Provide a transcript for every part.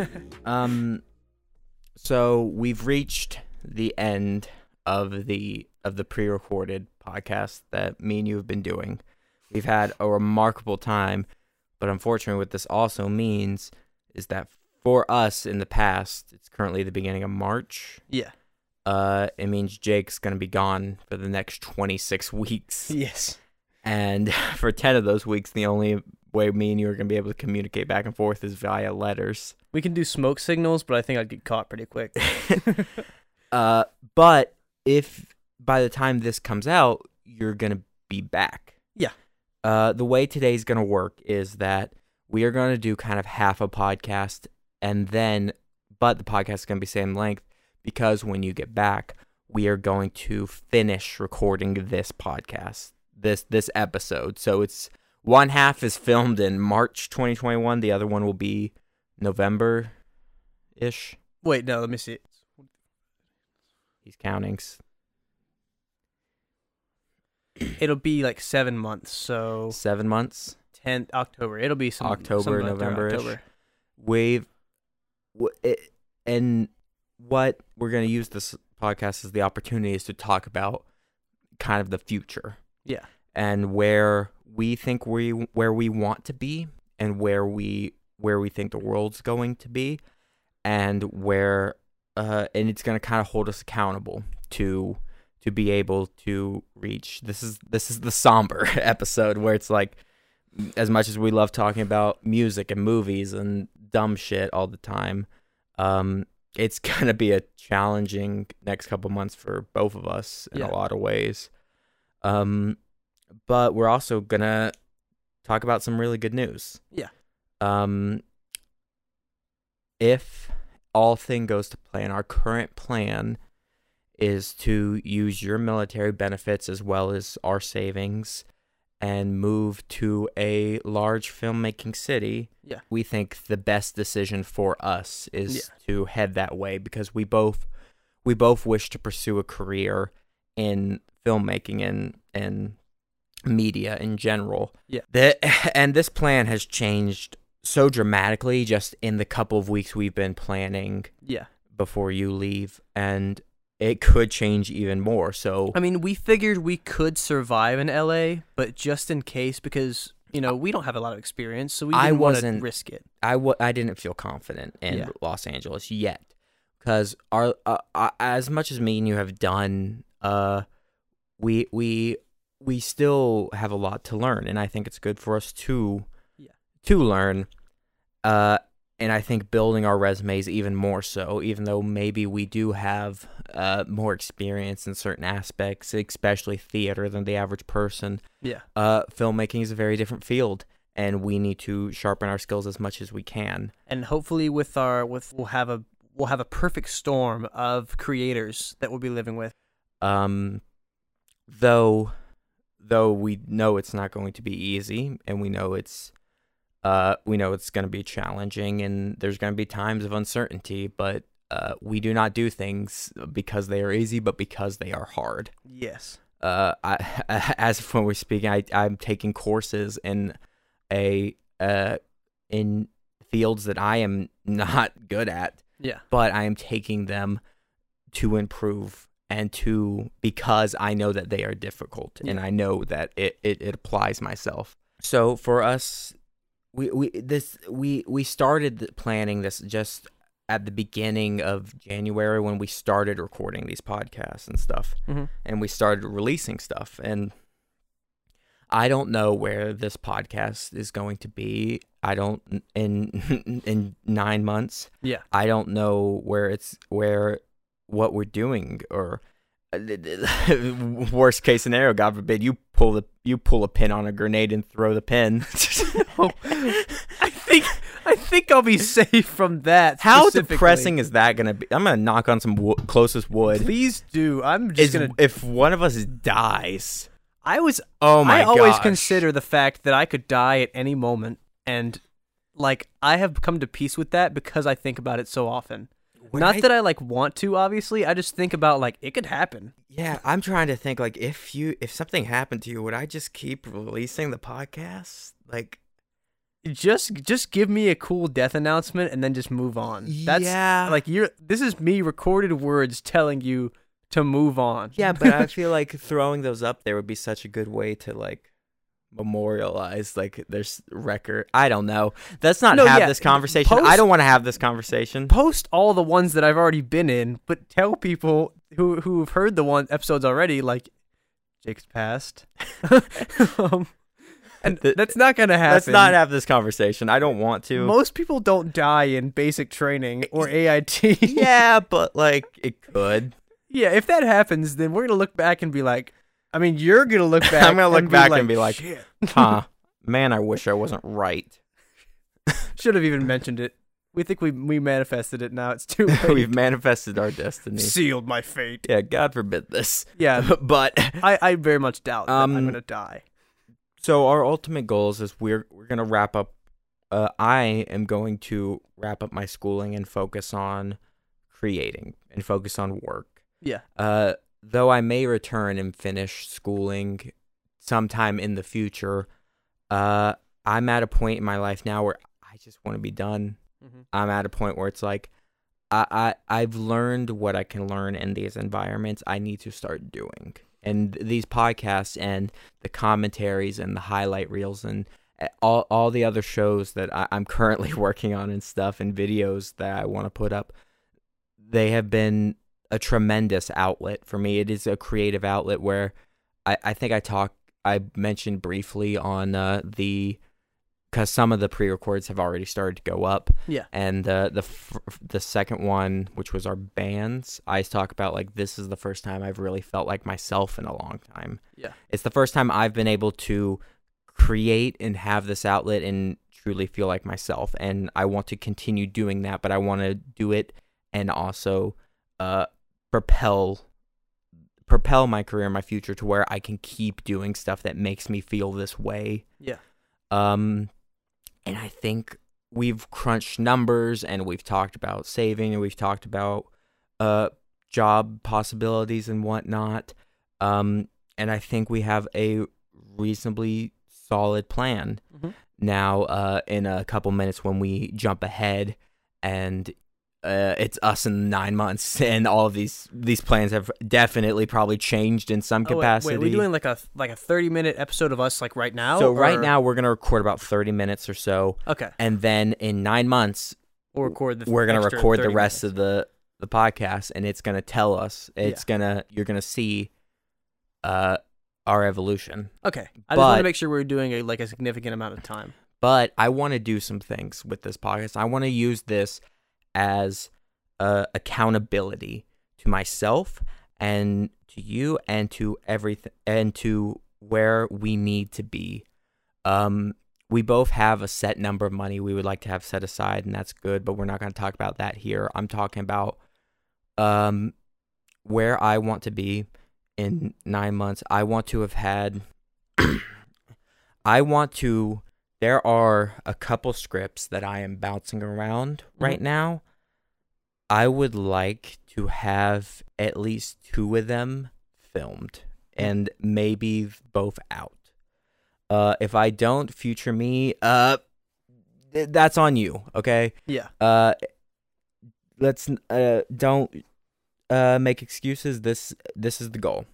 um, so we've reached the end of the of the pre-recorded podcast that me and you have been doing. We've had a remarkable time, but unfortunately, what this also means is that for us in the past, it's currently the beginning of March. Yeah. Uh, it means Jake's gonna be gone for the next 26 weeks, Yes. and for 10 of those weeks, the only way me and you are gonna be able to communicate back and forth is via letters. We can do smoke signals, but I think I'd get caught pretty quick. Uh, but if by the time this comes out, you're gonna be back. Yeah. Uh, the way today's gonna work is that we are gonna do kind of half a podcast, and then, but the podcast is gonna be same length because when you get back, we are going to finish recording this podcast, this this episode. So it's one half is filmed in March 2021. The other one will be November ish. Wait, no, let me see. He's counting. s- It'll be like seven months, so seven months. 10th October. It'll be some October, sometime through November-ish. October. We've w- it, and what we're gonna use this podcast as the opportunity is to talk about kind of the future. Yeah. and where we think we where we want to be, and where we where we think the world's going to be, and where uh, and it's gonna kind of hold us accountable to to be able to reach. This is this is the somber episode where it's like as much as we love talking about music and movies and dumb shit all the time, um, it's gonna be a challenging next couple months for both of us in Yeah. a lot of ways. Um, but we're also gonna talk about some really good news. Yeah. Um, if all thing goes to plan, our current plan is to use your military benefits as well as our savings and move to a large filmmaking city, Yeah. we think the best decision for us is Yeah. to head that way because we both we both wish to pursue a career in filmmaking and and media in general. Yeah. The, and this plan has changed so dramatically just in the couple of weeks we've been planning Yeah. before you leave and it could change even more. So I mean, we figured we could survive in LA, but just in case, because, you know, we don't have a lot of experience, so we didn't I want to wasn't- risk it. I w- I didn't feel confident in Yeah. Los Angeles yet because our uh, uh, as much as me and you have done uh we we we still have a lot to learn and I think it's good for us to Yeah. to learn uh and I think building our resumes even more so even though maybe we do have uh more experience in certain aspects especially theater than the average person Yeah. uh, filmmaking is a very different field, and we need to sharpen our skills as much as we can. And hopefully with our with we'll have a we'll have a perfect storm of creators that we'll be living with. Um, though, though we know it's not going to be easy, and we know it's, uh, we know it's going to be challenging, and there's going to be times of uncertainty. But uh, we do not do things because they are easy, but because they are hard. Yes. uh, I, as of when we're speaking, I, I'm taking courses in a uh, in fields that I am not good at, Yeah. but I am taking them to improve and to because I know that they are difficult and Yeah. I know that it, it, it applies myself. So for us, we, we this we we started the planning this just at the beginning of January when we started recording these podcasts and stuff Mhm. and we started releasing stuff and I don't know where this podcast is going to be. I don't in in 9 months. Yeah. I don't know where it's where what we're doing or worst case scenario god forbid you pull the you pull a pin on a grenade and throw the pin Oh, I think I think I'll be safe from that. how specifically. depressing is that gonna be i'm gonna knock on some wo- closest wood Please do. I'm just is gonna. if one of us dies I was. oh my I always gosh. consider the fact that I could die at any moment, and like I have come to peace with that because I think about it so often. When Not I- that I like want to, obviously. I just think about like it could happen. yeah i'm trying to think like if you if something happened to you would i just keep releasing the podcast like just just give me a cool death announcement and then just move on. That's yeah, like you're this is me recorded words telling you to move on. yeah, but I feel like throwing those up there would be such a good way to like memorialize like this record. I don't know. Let's not No, have yeah, this conversation. I post- don't want to have this conversation. post all the ones that I've already been in, but tell people who who have heard the one episodes already, like Jake's past. um, and Th- that's not gonna happen. Let's not have this conversation. I don't want to. Most people don't die in basic training or AIT. yeah, but like it could. yeah. If that happens, then we're gonna look back and be like, I mean, you're gonna look back. gonna look and back be like, and be like, "Shit, Huh. Man, I wish I wasn't right. should have even mentioned it. We think we we manifested it. Now it's too late. We've manifested our destiny. sealed my fate. Yeah, God forbid this. Yeah, but I, I very much doubt that Um, I'm gonna die. so our ultimate goals is we're we're gonna wrap up. Uh, I am going to wrap up my schooling and focus on creating and focus on work. Yeah. Uh, though I may return and finish schooling sometime in the future. Uh, I'm at a point in my life now where I just want to be done. Mhm. I'm at a point where it's like. I, I I've learned what I can learn in these environments. I need to start doing, and these podcasts and the commentaries and the highlight reels and eh, all all the other shows that I, I'm currently working on and stuff and videos that I want to put up. They have been a tremendous outlet for me. It is a creative outlet where I, I think I talk I mentioned briefly on uh, the because some of the pre-records have already started to go up Yeah. and uh, the f- the second one, which was our bands, I talk about like this is the first time I've really felt like myself in a long time. Yeah. it's the first time I've been able to create and have this outlet and truly feel like myself. And I want to continue doing that, but I want to do it and also uh, propel propel my career and my future to where I can keep doing stuff that makes me feel this way. Yeah. Um, and I think we've crunched numbers and we've talked about saving and we've talked about uh job possibilities and whatnot. Um, and I think we have a reasonably solid plan Mhm. now. Uh, in a couple minutes when we jump ahead and. Uh, it's us in nine months, and all of these these plans have definitely probably changed in some Oh, wait, capacity. Wait, are we doing like a like a thirty minute episode of us like right now? so right or- now we're gonna record about thirty minutes or so, okay, and then in nine months we'll record the. we're gonna extra record the 30 rest minutes. of the the podcast, and it's gonna tell us. It's Yeah. gonna you're gonna see, uh, our evolution. Okay, I just want but- to make sure we're doing a like a significant amount of time. But I want to do some things with this podcast. I want to use this as uh, accountability to myself and to you and to everything and to where we need to be. Um, we both have a set number of money we would like to have set aside, and that's good. But we're not going to talk about that here. I'm talking about um, where I want to be in nine months. I want to have had. I want to. There are a couple scripts that I am bouncing around right Mhm. now. I would like to have at least two of them filmed and maybe both out. Uh, if I don't, future me, uh, th- that's on you. Okay. Yeah, Uh, let's n- uh don't uh make excuses. This this is the goal.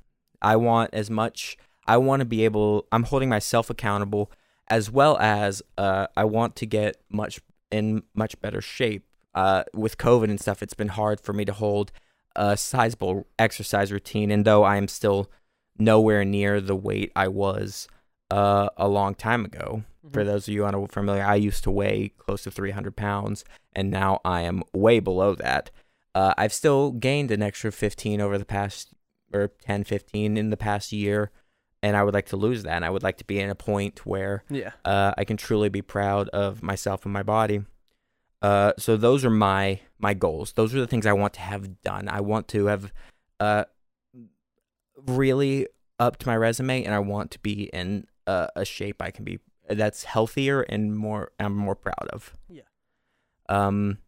I want as much. I want to be able. I'm holding myself accountable, as well as uh, I want to get much in much better shape. Uh, with COVID and stuff, it's been hard for me to hold a sizable exercise routine. And though I am still nowhere near the weight I was uh, a long time ago, for those of you unfamiliar, I used to weigh close to 300 pounds, and now I am way below that. Uh, I've still gained an extra 15 over the past, or 10, 15 in the past year, and I would like to lose that. And I would like to be in a point where yeah, uh, I can truly be proud of myself and my body. Uh, so those are my my goals. Those are the things I want to have done. I want to have uh, really upped my resume, and I want to be in a, a shape I can be that's healthier and more I'm more proud of. Yeah. Um.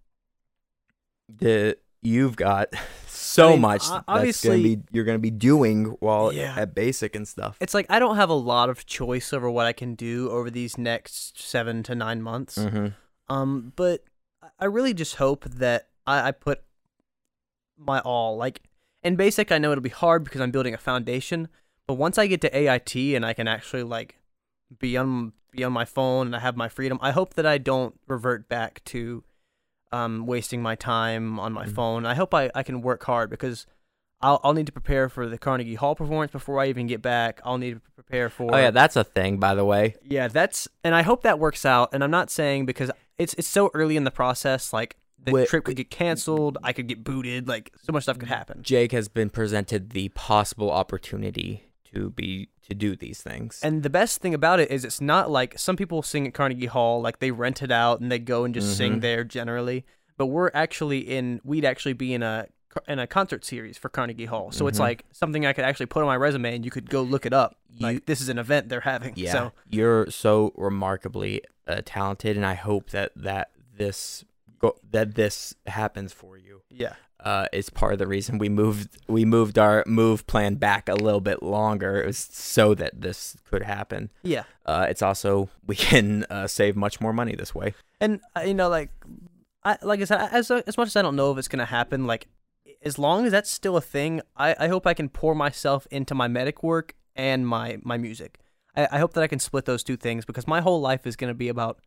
The you've got so I mean, much o- that's gonna obviously- be you're gonna be doing while Yeah. at basic and stuff. It's like I don't have a lot of choice over what I can do over these next seven to nine months. Mhm. Um, but I- I really just hope that I, I put my all. Like in basic, I know it'll be hard because I'm building a foundation. But once I get to AIT and I can actually like be on be on my phone and I have my freedom, I hope that I don't revert back to um wasting my time on my Mhm. phone. I hope I, I can work hard because I'll I'll need to prepare for the Carnegie Hall performance before I even get back. I'll need to prepare for Oh yeah, that's a thing by the way. yeah, that's and I hope that works out. And I'm not saying because it's it's so early in the process, like the Wait, Mm-hmm. trip could get canceled, I could get booted, like so much stuff could happen. Jake has been presented the possible opportunity to be to do these things. And the best thing about it is it's not like some people sing at Carnegie Hall, like they rent it out and they go and just sing Mhm. there generally. But we're actually in we'd actually be in a in a concert series for Carnegie Hall. So it's Mhm. like something I could actually put on my resume and you could go look it up. You- like this is an event they're having. yeah, So you're so remarkably uh, talented, and I hope that that this go- that this happens for you. yeah. Uh, is part of the reason we moved we moved our move plan back a little bit longer. It was so that this could happen. Yeah. Uh, it's also we can uh, save much more money this way. And uh, you know, like, I like I said, I- as as much as I don't know if it's gonna happen, like, as long as that's still a thing, I I hope I can pour myself into my medic work and my my music. I, I hope that I can split those two things because my whole life is gonna be about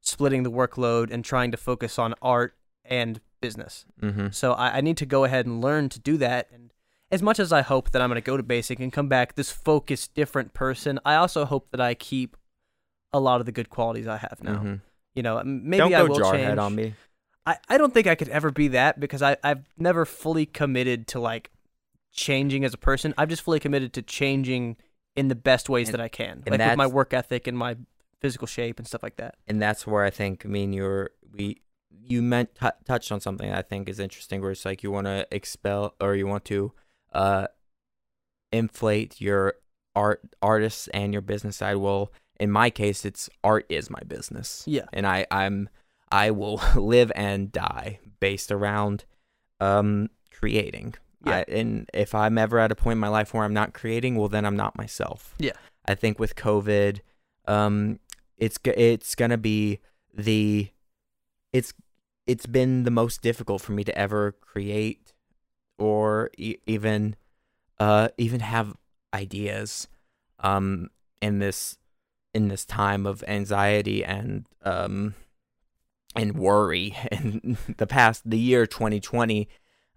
splitting the workload and trying to focus on art and business. Mm-hmm. So I, I need to go ahead and learn to do that. And as much as I hope that I'm going to go to basic and come back this focused, different person, I also hope that I keep a lot of the good qualities I have Mm-hmm. now. You know, m- maybe Don't I go will jarhead change. on me. I, I don't think I could ever be that because I, I've never fully committed to like changing as a person. I've just fully committed to changing in the best ways And- that I can, and like with my that's- work ethic and my physical shape and stuff like that. and that's where I think me and you are we you meant t- touched on something I think is interesting where it's like you want to expel or you want to uh inflate your art artists and your business side well in my case it's art is my business Yeah. and I I'm I will live and die based around um creating Yeah. I, and if I'm ever at a point in my life where I'm not creating well then I'm not myself Yeah. I think with COVID um it's go- it's gonna be the it's it's been the most difficult for me to ever create or e- even uh even have ideas um in this in this time of anxiety and um and worry and the past the year 2020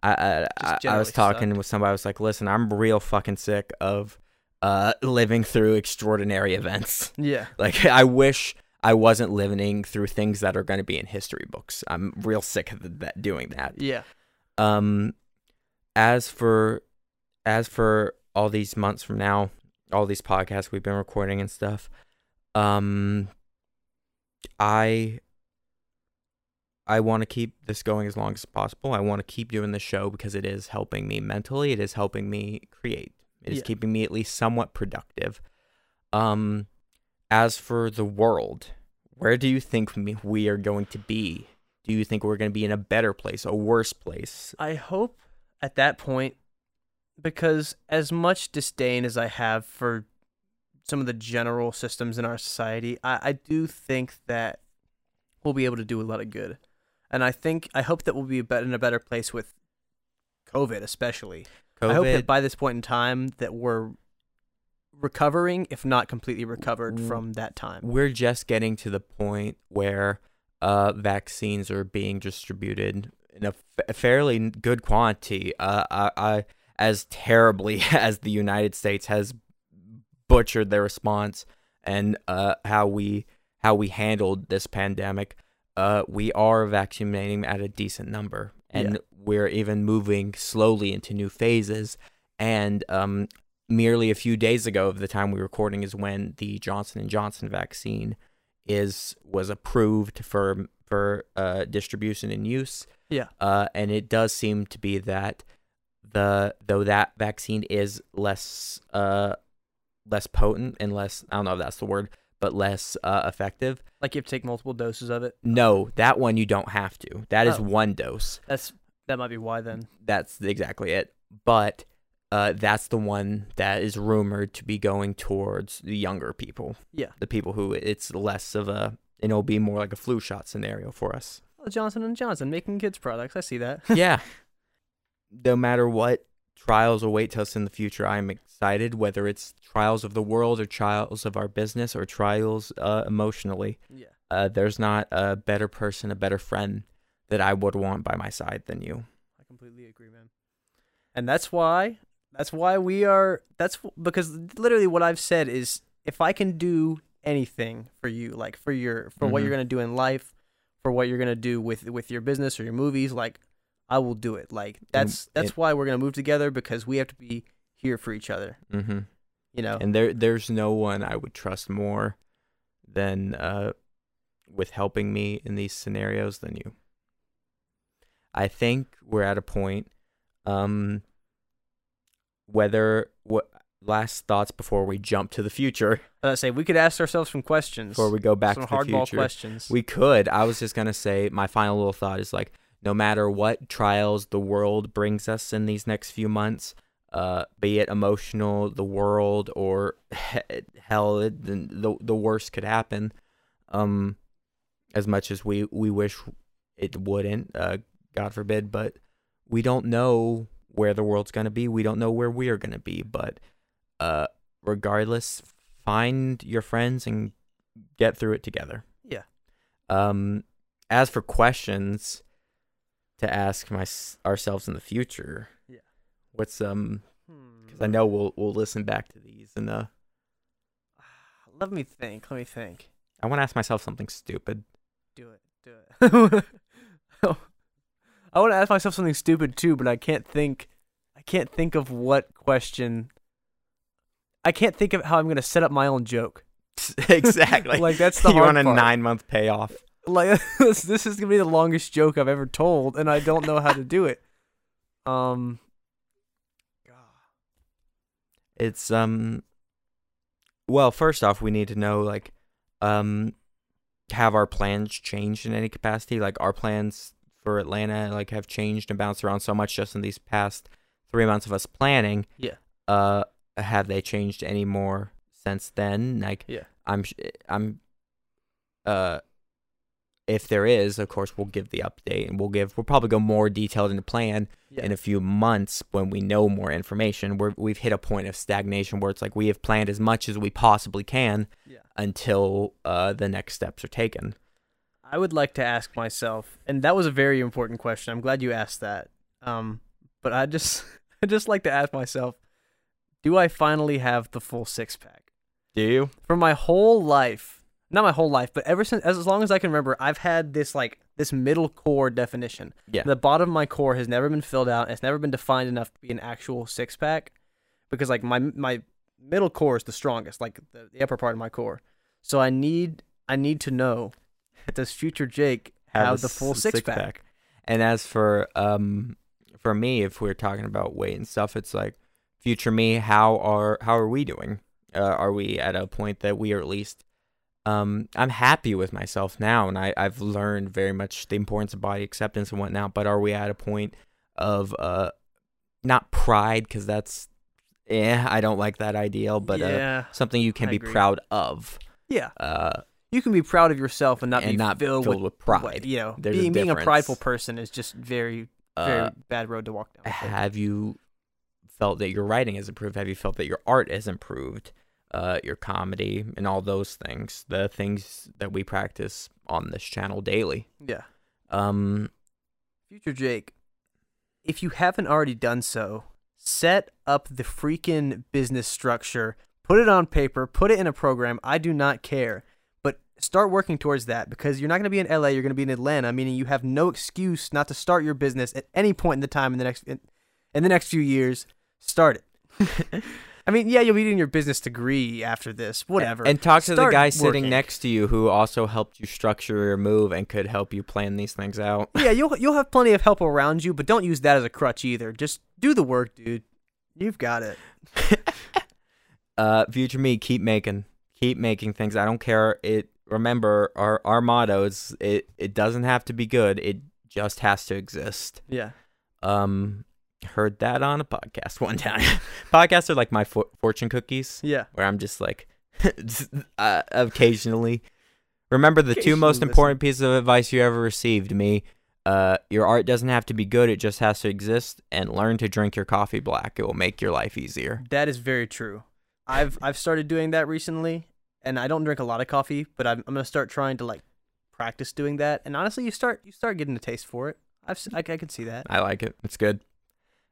I I, Just I, I generally was talking with somebody I was like listen I'm real fucking sick of uh living through extraordinary events Yeah. like I wish I wasn't living through things that are going to be in history books. I'm real sick of th- that doing that. Yeah. Um, as for as for all these months from now, all these podcasts we've been recording and stuff, um, I I want to keep this going as long as possible. I want to keep doing the show because it is helping me mentally. It is helping me create. It is Yeah. keeping me at least somewhat productive. Um, as for the world, where do you think me- we are going to be? Do you think we're going to be in a better place, a worse place? I hope at that point, because as much disdain as I have for some of the general systems in our society, I, I do think that we'll be able to do a lot of good. And I think, I hope that we'll be a bet- in a better place with COVID, especially. COVID, I hope that by this point in time that we're recovering, if not completely recovered W- from that time. we're just getting to the point where uh, vaccines are being distributed in a fa- fairly good quantity. Uh, I, I, as terribly as the United States has butchered their response and uh, how we how we handled this pandemic, uh, we are vaccinating at a decent number, and Yeah. we're even moving slowly into new phases. And um, merely a few days ago of the time we were recording is when the Johnson and Johnson vaccine is was approved for for uh, distribution and use. Yeah. Uh, and it does seem to be that the though that vaccine is less uh less potent and less I don't know if that's the word, but less uh, effective. Like you have to take multiple doses of it. No, that one you don't have to. That is Oh. one dose. That's That might be why then. That's exactly it. But uh, that's the one that is rumored to be going towards the younger people. Yeah. The people who it's less of a, and it'll be more like a flu shot scenario for us. Oh, Johnson and Johnson making kids products. I see that. yeah. No matter what trials await us in the future, I'm excited, whether it's trials of the world or trials of our business or trials uh, emotionally. yeah. Uh, there's not a better person, a better friend that I would want by my side than you. I completely agree, man. And that's why that's why we are that's wh- because literally what I've said is if I can do anything for you, like for your for what you're Mhm. going to do in life, for what you're going to do with with your business or your movies, like I will do it. Like that's that's it- why we're going to move together because we have to be here for each other, Mm-hmm. you know. And there, there's no one I would trust more than uh, with helping me in these scenarios than you. I think we're at a point. Um, whether what last thoughts before we jump to the future, I say we could ask ourselves some questions. before we go back some to the hardball future, questions. we could. I was just gonna say my final little thought is like, no matter what trials the world brings us in these next few months, uh, be it emotional, the world, or hell, it, the the- the worst could happen. Um, as much as we we wish it wouldn't, uh, God forbid, but we don't know where the world's gonna be. We don't know where we are gonna be, but uh, regardless, find your friends and get through it together. Yeah. Um, as for questions to ask my ourselves in the future, Yeah. What's um? Hmm. Because I know we'll we'll listen back to these, and uh, Ah, Let me think. Let me think. I want to ask myself something stupid. Do it. Do it. I want to ask myself something stupid too, but I can't think. I can't think of what question. I can't think of how I'm gonna set up my own joke. exactly. Like that's the you hard want a part. nine month payoff. Like this, this is gonna be the longest joke I've ever told, and I don't know how to do it. Um. It's um. Well, first off, we need to know like, um, have our plans changed in any capacity? Like our plans for Atlanta like have changed and bounced around so much just in these past three months of us planning. Yeah. Uh, have they changed any more since then? Like, Yeah. I'm sh- I'm. Uh, if there is, of course, we'll give the update and we'll give. We'll probably go more detailed into plan Yeah. in a few months when we know more information we're, we've hit a point of stagnation where it's like we have planned as much as we possibly can Yeah. until uh, the next steps are taken I would like to ask myself, and that was a very important question. I'm glad you asked that. Um, but I just, I just like to ask myself, do I finally have the full six pack? do you For my whole life, not my whole life, but ever since, as, as long as I can remember, I've had this like this middle core definition. Yeah. The bottom of my core has never been filled out. and It's never been defined enough to be an actual six pack, because like my my middle core is the strongest, like the, the upper part of my core. So I need I need to know. that Does future Jake have, a the full s- six, pack? and as for um for me if we're talking about weight and stuff it's like future me how are how are we doing uh, are we at a point that we are at least um i'm happy with myself now and I, i've learned very much the importance of body acceptance and whatnot but are we at a point of uh not pride because that's eh, i don't like that ideal but uh, yeah, something you can I be agree. proud of yeah, uh you can be proud of yourself and not and be not filled, with, pride what- You know, There's a being being a difference. prideful person is just very very uh, bad road to walk down. I think. have you felt that your writing has improved? Have you felt that your art has improved? Uh, your comedy and all those things, the things that we practice on this channel daily. Yeah. Um, Future Jake, if you haven't already done so, set up the freaking business structure. Put it on paper, put it in a program. I do not care. But start working towards that because you're not going to be in LA, you're going to be in Atlanta, meaning you have no excuse not to start your business at any point in the time in the next in, in the next few years. Start it. I mean, yeah, you'll be doing your business degree after this, whatever. And talk to the Start guy working. sitting next to you who also helped you structure your move and could help you plan these things out. yeah, you'll you'll have plenty of help around you, but don't use that as a crutch either. Just do the work, dude. You've got it. uh, future me, keep making, keep making things. I don't care. It remember our our motto is it it doesn't have to be good. It just has to exist. Yeah. Um, heard that on a podcast one time. Podcasts are like my for- fortune cookies, Yeah. where I'm just like, just, uh, occasionally. Remember the two most Occasionally important pieces of advice you ever received, me. Uh, your art doesn't have to be good; it just has to exist. And learn to drink your coffee black; it will make your life easier. That is very true. I've I've started doing that recently, and I don't drink a lot of coffee, but I'm I'm gonna start trying to like practice doing that. And honestly, you start you start getting a taste for it. I've si can see that. I like it. It's good.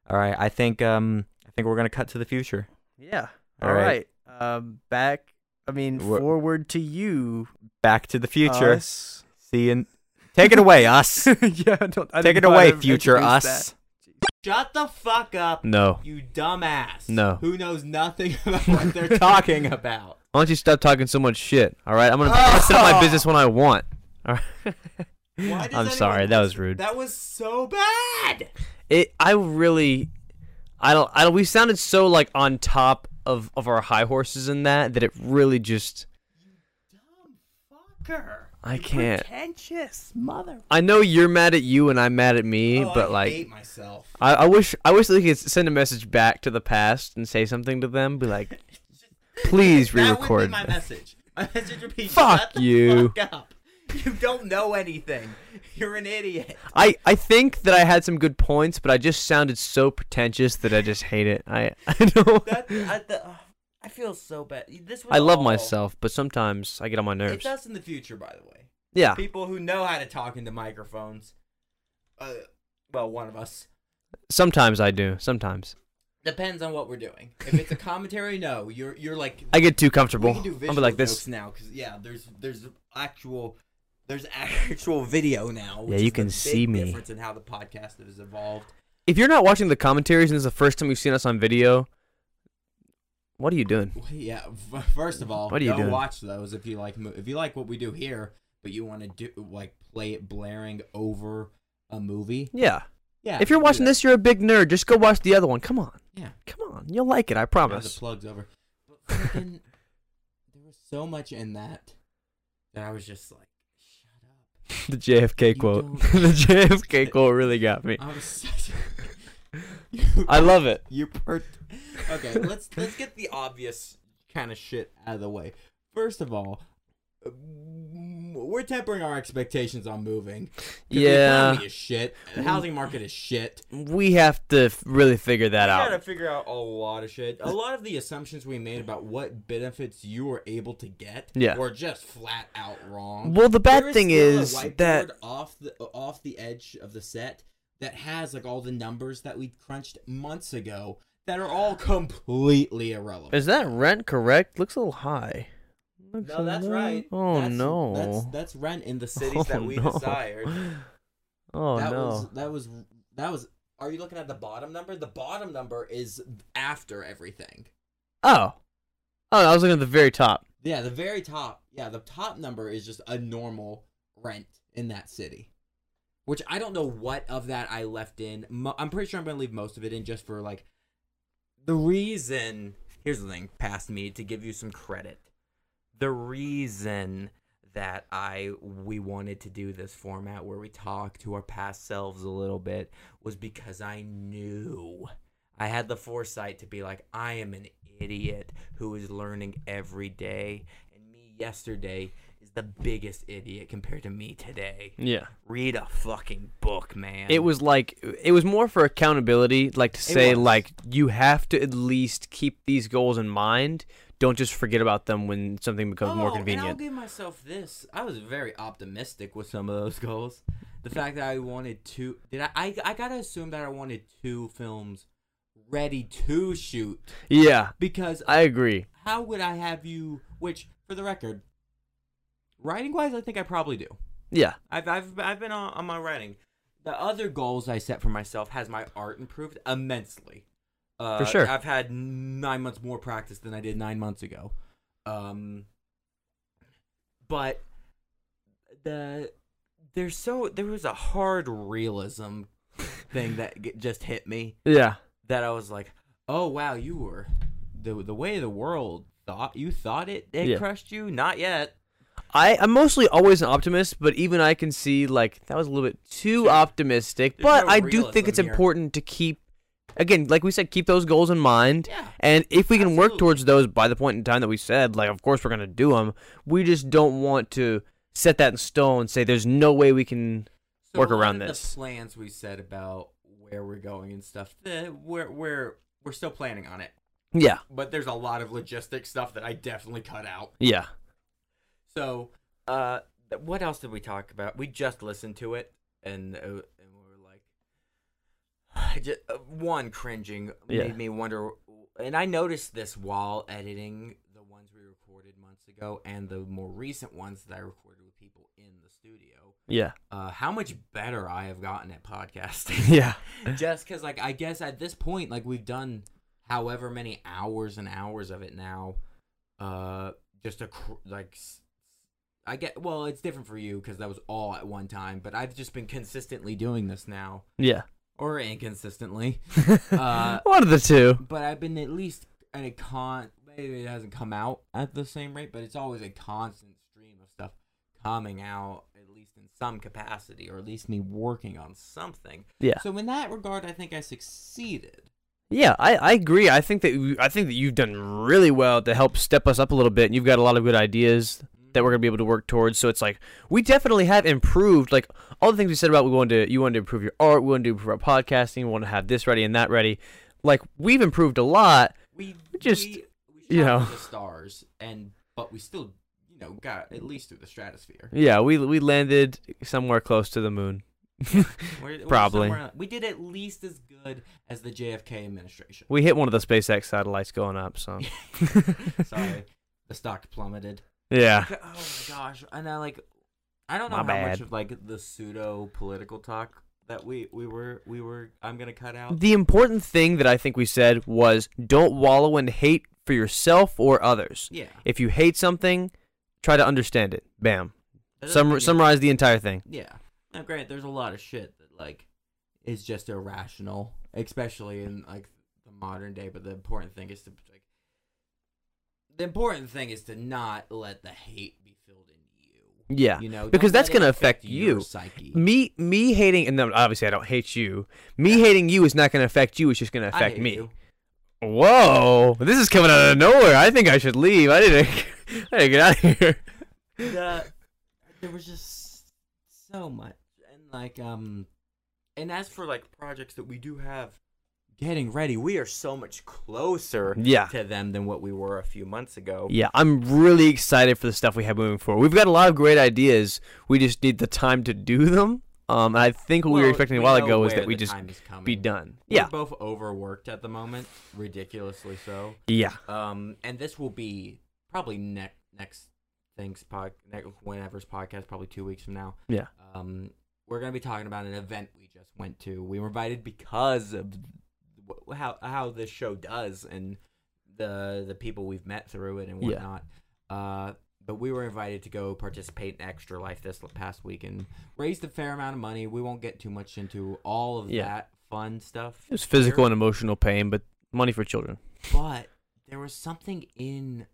All right, I think um, I think we're gonna cut to the future. Yeah. All All right. right. Um, back. I mean, Wha- forward to you. Back to the future. us. See you. Take it away, us. yeah. I don't, I Take didn't it know I'd away, ever future introduced us. that. Shut the fuck up, No. you dumbass. No. Who knows nothing about what they're talking about. Why don't you stop talking so much shit? All right, I'm gonna I'm gonna set up my business when I want. All right. Why does I'm anyone sorry, that was listen? rude. That was so bad. It. I really. I don't. I don't. We sounded so like on top of of our high horses in that that it really just. Fucker. I can't. Pretentious mother. I know you're mad at you and I'm mad at me, Oh, but I like. hate myself. I, I wish I wish they could send a message back to the past and say something to them. Be like, That please would be re-record. my that." message. My message would be Fuck shut the you. fuck up. You don't know anything. You're an idiot. I I think that I had some good points, but I just sounded so pretentious that I just hate it. I I don't. That I, the, ugh, I feel so bad. This was I love all- myself, but sometimes I get on my nerves. It's us in the future, by the way. Yeah, People who know how to talk into microphones. Uh, well, one of us. sometimes I do. Sometimes Depends on what we're doing. If it's a commentary, no, you're you're like I get too we comfortable. can do I'll visual be like jokes this. now because yeah, there's there's actual there's actual video now. which Yeah, you is the can big see me. Difference in how the podcast has evolved. If you're not watching the commentaries and it's the first time you've seen us on video, what are you doing? Well, Yeah. f- First of all, What are you go doing? watch those if you like. mo- If you like what we do here, but you want to do like play it blaring over a movie. Yeah. Yeah. If you're do watching that. this, you're a big nerd. Just go watch the other one. Come on. yeah. Come on. You'll like it. I Now the promise. plug's over. But freaking, there was so much in that that I was just like, shut up. The JFK You quote. don't- the JFK quote really got me. I was such a. You- I love it. You per. Okay, let's let's get the obvious kind of shit out of the way. First of all, uh, we're tempering our expectations on moving. 'cause The Yeah. economy is shit. The housing market is shit. We have to f- really figure that We gotta out. figure out a lot of shit. A lot of the assumptions we made about what benefits you were able to get Yeah. were just flat out wrong. Well, the There bad thing still a is whiteboard that off the off the edge of the set that has like all the numbers that we crunched months ago that are all completely irrelevant. is that rent correct? Looks a little high. Looks no, a that's little- right. Oh That's- no. that's that's rent in the cities Oh, that we no. desired. Oh that no. was that was that was. Are you looking at the bottom number? The bottom number is after everything. Oh. Oh, I was looking at the very top. Yeah, the very top. Yeah, the top number is just a normal rent in that city. Which I don't know what of that I left in. Mo- I'm pretty sure I'm going to leave most of it in just for like the reason. Here's the thing, pass me to give you some credit. The reason that I we wanted to do this format where we talk to our past selves a little bit was because I knew I had the foresight to be like, I am an idiot who is learning every day, and me yesterday is the biggest idiot compared to me today. Yeah. Read a fucking book, man. It was like it was more for accountability, like to say was. like you have to at least keep these goals in mind. Don't just forget about them when something becomes more Oh, And I'll convenient. give myself this. I was very optimistic with some of those goals. The fact that I wanted two did I I, I gotta assume that I wanted two films ready to shoot Yeah, because I agree. how would I have you which for the record writing wise I think I probably do. Yeah. I've I've I've been on, on my writing. The other goals I set for myself has my art improved immensely. Uh, sure. I've had nine months more practice than I did nine months ago. Um, but the there's so there was a hard realism thing that g- just hit me Yeah. that I was like, oh wow, you were the the way the world thought you thought it it Yeah. crushed you. Not yet. I, I'm mostly always an optimist, but even I can see like that was a little bit too Sure. optimistic. There's but no I do realism think it's here. important to keep, again, like we said, keep those goals in mind. Yeah. And if we can work Absolutely. towards those by the point in time that we said, like, of course we're going to do them. We just don't want to set that in stone, say there's no way we can. So work a lot around of The this. plans we said about where we're going and stuff. The, we're we're we're still planning on it, Yeah. but there's a lot of logistic stuff that I definitely cut out. Yeah. So, uh, th- what else did we talk about? We just listened to it, and uh, and we were like, I ju- uh, one cringing Yeah. made me wonder. And I noticed this while editing the ones we recorded months ago and the more recent ones that I recorded with people in the studio. Yeah. Uh, how much better I have gotten at podcasting. Yeah. just because, like, I guess at this point, like, we've done however many hours and hours of it now. Uh, just a cr- like, s- I get. Well, it's different for you because that was all at one time. But I've just been consistently doing this now, Yeah. or inconsistently. Uh, One of the two. But I've been at least at a con. Maybe it hasn't come out at the same rate, but it's always a constant stream of stuff coming out, at least in some capacity, or at least me working on something. Yeah. So in that regard, I think I succeeded. Yeah, I, I agree. I think that you- I think that you've done really well to help step us up a little bit, and you've got a lot of good ideas that we're gonna be able to work towards. So it's like we definitely have improved. Like all the things we said about we wanted to you wanted to improve your art, we wanted to improve our podcasting, we want to have this ready and that ready. Like we've improved a lot. We We just- we, we shot you know. for the stars, and but we still, you know, got at least through the stratosphere. Yeah, we we landed somewhere close to the moon. We're, we're Probably. somewhere- we did at least as good as the JFK administration. We hit one of the SpaceX satellites going up. So Sorry, the stock plummeted. yeah, G- Oh my gosh! And I like, I don't know My how bad. much of like the pseudo political talk that we we were we were I'm gonna cut out. the important thing that I think we said was don't wallow in hate for yourself or others. Yeah. If you hate something, try to understand it. Bam. That doesn't Sum- mean- summarize the entire thing. Yeah. Now, granted, there's a lot of shit that like is just irrational, especially in like the modern day. But the important thing is to like the important thing is to not let the hate be filled in you. Yeah. You know, because Don't that's let it gonna affect your you. psyche. Me me hating and then obviously I don't hate you. Me hating you is not going to affect you. It's just going to I affect hate me. you. Whoa! This is coming out of nowhere. I think I should leave. I didn't. I didn't get out of here. the, there was just so much and like um and as for like projects that we do have getting ready we are so much closer Yeah. to them than what we were a few months ago Yeah, I'm really excited for the stuff we have moving forward. We've got a lot of great ideas. We just need the time to do them. Um, and I think what we were Well, expecting a while know ago was where that we the just time is coming. be done. We're Yeah. both overworked at the moment ridiculously so Yeah. um and this will be probably next next things pod ne- whenever's podcast probably two weeks from now Yeah. um we're gonna be talking about an event we just went to we were invited because of wh- how how this show does and the the people we've met through it and Yeah. whatnot uh but we were invited to go participate in Extra Life this l- past week and raised a fair amount of money. We won't get too much into all of Yeah. that fun stuff. It was physical here. and emotional pain, but money for children. but there was something in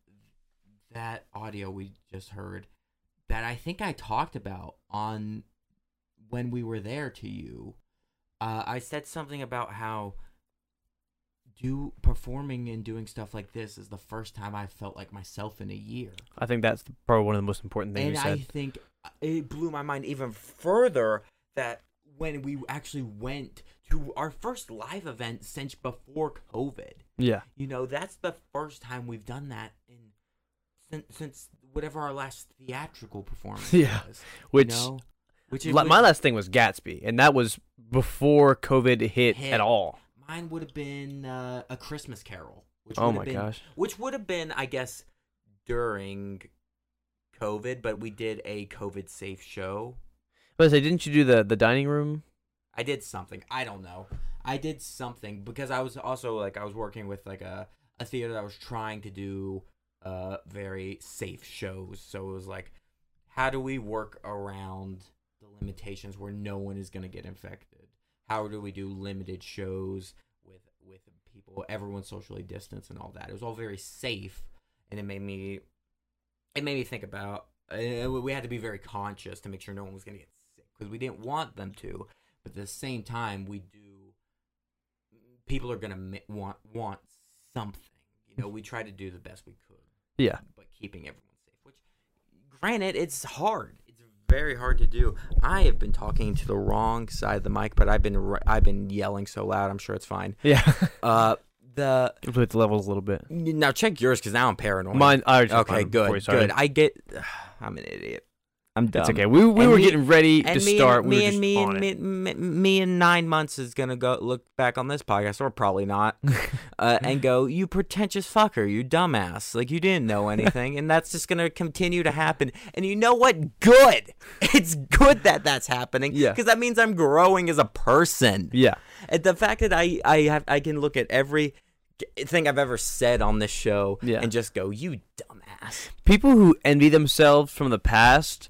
that audio we just heard that I think I talked about on when we were there to you. Uh, I said something about how do performing and doing stuff like this is the first time I felt like myself in a year I think that's the- probably one of the most important things and you said. I think uh, it blew my mind even further that when we actually went to our first live event since before COVID. yeah. You know, that's the first time we've done that in since, since whatever our last theatrical performance Yeah. was. you Which know? which it la- would- my last thing was Gatsby, and that was before COVID hit, Hit. at all. mine would have been uh, a Christmas Carol. Which Oh would have my been- gosh. Which would have been, I guess, during COVID, but we did a COVID safe show. But I say, didn't you do the the dining room? I did something. I don't know. I did something because I was also like I was working with like a a theater that was trying to do uh very safe shows. So it was like how do we work around the limitations where no one is going to get infected? How do we do limited shows with with people everyone socially distanced and all that? It was all very safe and it made me it made me think about Uh, we had to be very conscious to make sure no one was going to get sick because we didn't want them to. But at the same time, we do. People are going to want want something. You know, we try to do the best we could, Yeah. but keeping everyone safe. Which, granted, it's hard. It's very hard to do. I have been talking to the wrong side of the mic, but I've been ri- I've been yelling so loud. I'm sure it's fine. Yeah. Uh, the We'll play with the levels a little bit. now check yours because now I'm paranoid. Mine. I already checked Okay, mine before we good, started. good. I get. I'm an idiot. I'm dumb. It's okay. We, we And were me- getting ready And to me start. and we me were and just me on and it. me, me, me in nine months is gonna go look back on this podcast or probably not, uh, and go, "You pretentious fucker, you dumbass! Like you didn't know anything," and that's just gonna continue to happen. And you know what? Good. It's good that that's happening. Yeah. Because that means I'm growing as a person. Yeah. And the fact that I I have I can look at every thing I've ever said on this show Yeah. and just go, "You dumbass." People who envy themselves from the past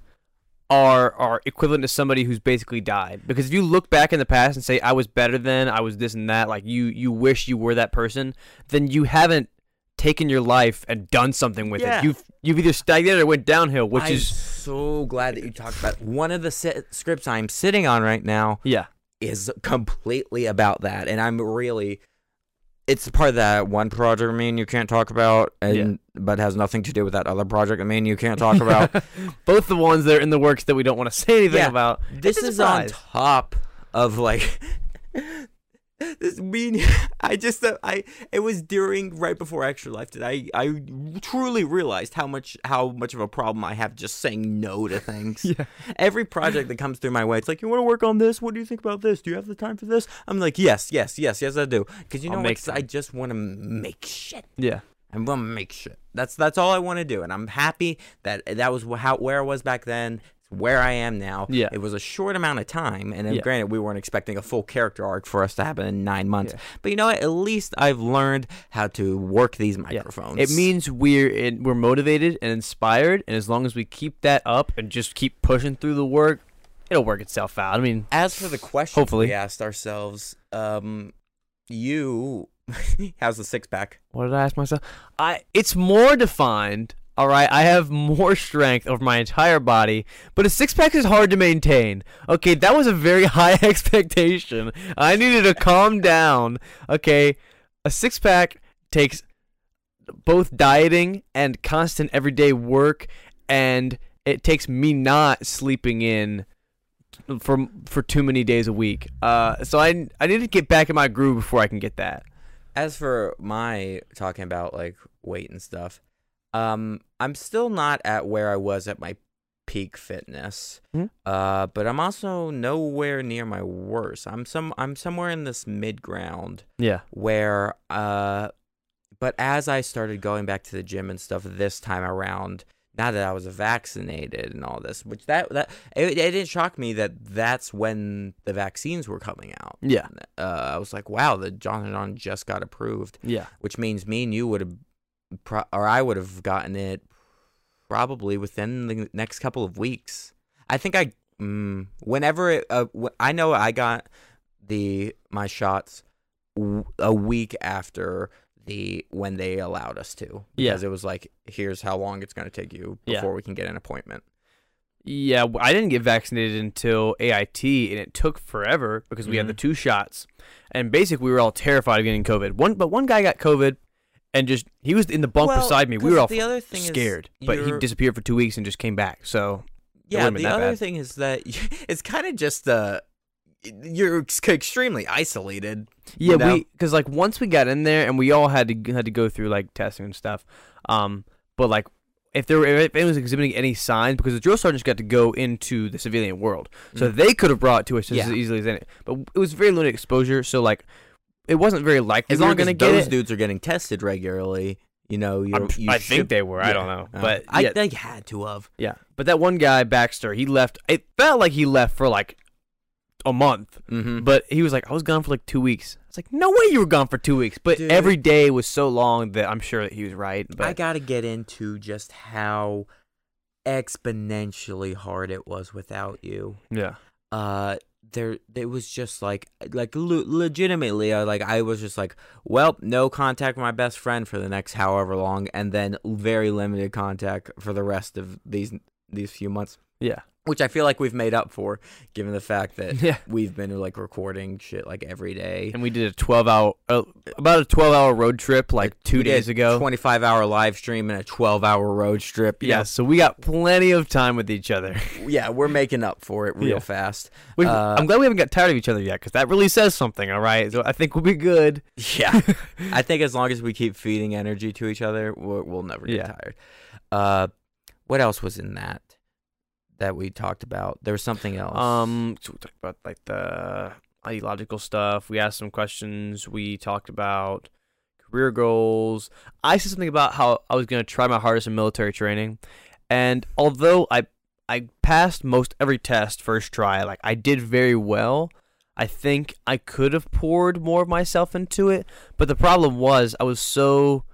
are are equivalent to somebody who's basically died. Because if you look back in the past and say I was better than, I was this and that, like you you wish you were that person, then you haven't taken your life and done something with Yeah. it. You've you've either stagnated or went downhill, which I'm is so glad that you talked about it. one of the si- scripts I'm sitting on right now yeah. is completely about that, and I'm really it's part of that one project I mean you can't talk about, and but has nothing to do with that other project I mean you can't talk about. Both the ones that are in the works that we don't want to say anything Yeah. about. this It's a is on surprise. top of like this mean i just uh, i it was during right before extra life that i i truly realized how much how much of a problem i have just saying no to things Yeah. every project that comes through my way it's like you want to work on this what do you think about this do you have the time for this i'm like yes yes yes yes i do because you I'll know make what 'Cause i just want to make shit Yeah. I'm gonna make shit. That's that's all I want to do, and I'm happy that that was wh- how where I was back then. It's where I am now. Yeah. it was a short amount of time, and then Yeah. granted, we weren't expecting a full character arc for us to happen in nine months. But you know what? At least I've learned how to work these microphones. It means we're in, we're motivated and inspired, and as long as we keep that up and just keep pushing through the work, it'll work itself out. I mean, as for the question Hopefully. we asked ourselves, um, you, how's the six pack? what did I ask myself? I it's more defined. All right, I have more strength over my entire body, but a six pack is hard to maintain. Okay, that was a very high expectation. I needed to calm down. Okay, a six pack takes both dieting and constant everyday work, and it takes me not sleeping in for for too many days a week. Uh, so I I need to get back in my groove before I can get that. as for my talking about like weight and stuff, um, I'm still not at where I was at my peak fitness. Mhm. Uh, but I'm also nowhere near my worst. I'm some I'm somewhere in this mid ground Yeah. where uh but as I started going back to the gym and stuff this time around, now that I was vaccinated and all this, which that that it, it didn't shock me that that's when the vaccines were coming out. Yeah. Uh, I was like, wow, the Johnson John just got approved, Yeah. which means me and you would have, pro- or I would have gotten it probably within the next couple of weeks. I think I, mm, whenever it, uh, wh- I know I got the my shots w- a week after the when they allowed us to Yeah. because it was like here's how long it's going to take you Yeah. before we can get an appointment. Yeah, w- I didn't get vaccinated until AIT, and it took forever because we had Mm-hmm. the two shots, and basically we were all terrified of getting COVID. One, but one guy got COVID, and just he was in the bunk Well, beside me. We 'cause were all the other thing is scared, but he you're- disappeared for two weeks and just came back. So Yeah, wouldn't the been that other bad. thing is that it's kind of just uh you're ex- extremely isolated. yeah, you know? we because like once we got in there and we all had to g- had to go through like testing and stuff, um, but like. If there were, if anyone was exhibiting any signs, because the drill sergeants got to go into the civilian world, so they could have brought it to us just Mm. Yeah. as easily as any. But it was very limited exposure, so like, it wasn't very likely as we long were gonna as get those it. dudes are getting tested regularly, you know, you're, I'm- you I should- think they were. I yeah. don't know, Uh, but I, yeah, they had to have. yeah. But that one guy Baxter, he left. It felt like he left for like a month, Mm-hmm. but he was like, I was gone for like two weeks. It's like, no way you were gone for two weeks. But Dude. every day was so long that I'm sure that he was right. But I got to get into just how exponentially hard it was without you. yeah, Uh, there, it was just like, like le- legitimately, I, like I was just like, well, no contact with my best friend for the next however long, and then very limited contact for the rest of these these few months, Yeah. which I feel like we've made up for, given the fact that Yeah. we've been like recording shit like every day. And we did a 12 hour, uh, about a 12 hour road trip like two We did days ago. 25 hour live stream and a 12 hour road strip. you yeah. So we got plenty of time with each other. know? yeah, we're making up for it real Yeah. fast. We, Uh, I'm glad we haven't got tired of each other yet because that really says something. All right. So I think we'll be good. Yeah. I think as long as we keep feeding energy to each other, we'll, we'll never get Yeah. tired. Uh, what else was in that that we talked about? There was something else. Um, so we talked about like the ideological stuff. We asked some questions. We talked about career goals. I said something about how I was gonna try my hardest in military training, and although I I passed most every test first try, like I did very well. I think I could have poured more of myself into it, but the problem was I was so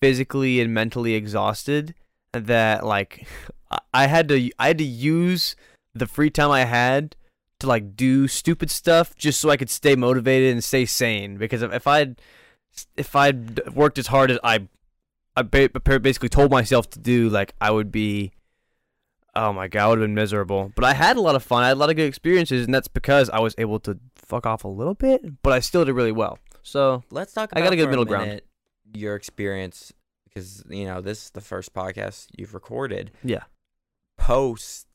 physically and mentally exhausted that like I- I had to I had to use the free time I had to like do stupid stuff just so I could stay motivated and stay sane. Because if, if I'd if I'd worked as hard as I I ba- basically told myself to do, like I would be, oh my god, I would have been miserable. But I had a lot of fun. I had a lot of good experiences, and that's because I was able to fuck off a little bit, but I still did really well. So Let's talk. I About gotta get for middle a ground. minute Your experience, because you know this is the first podcast you've recorded yeah, post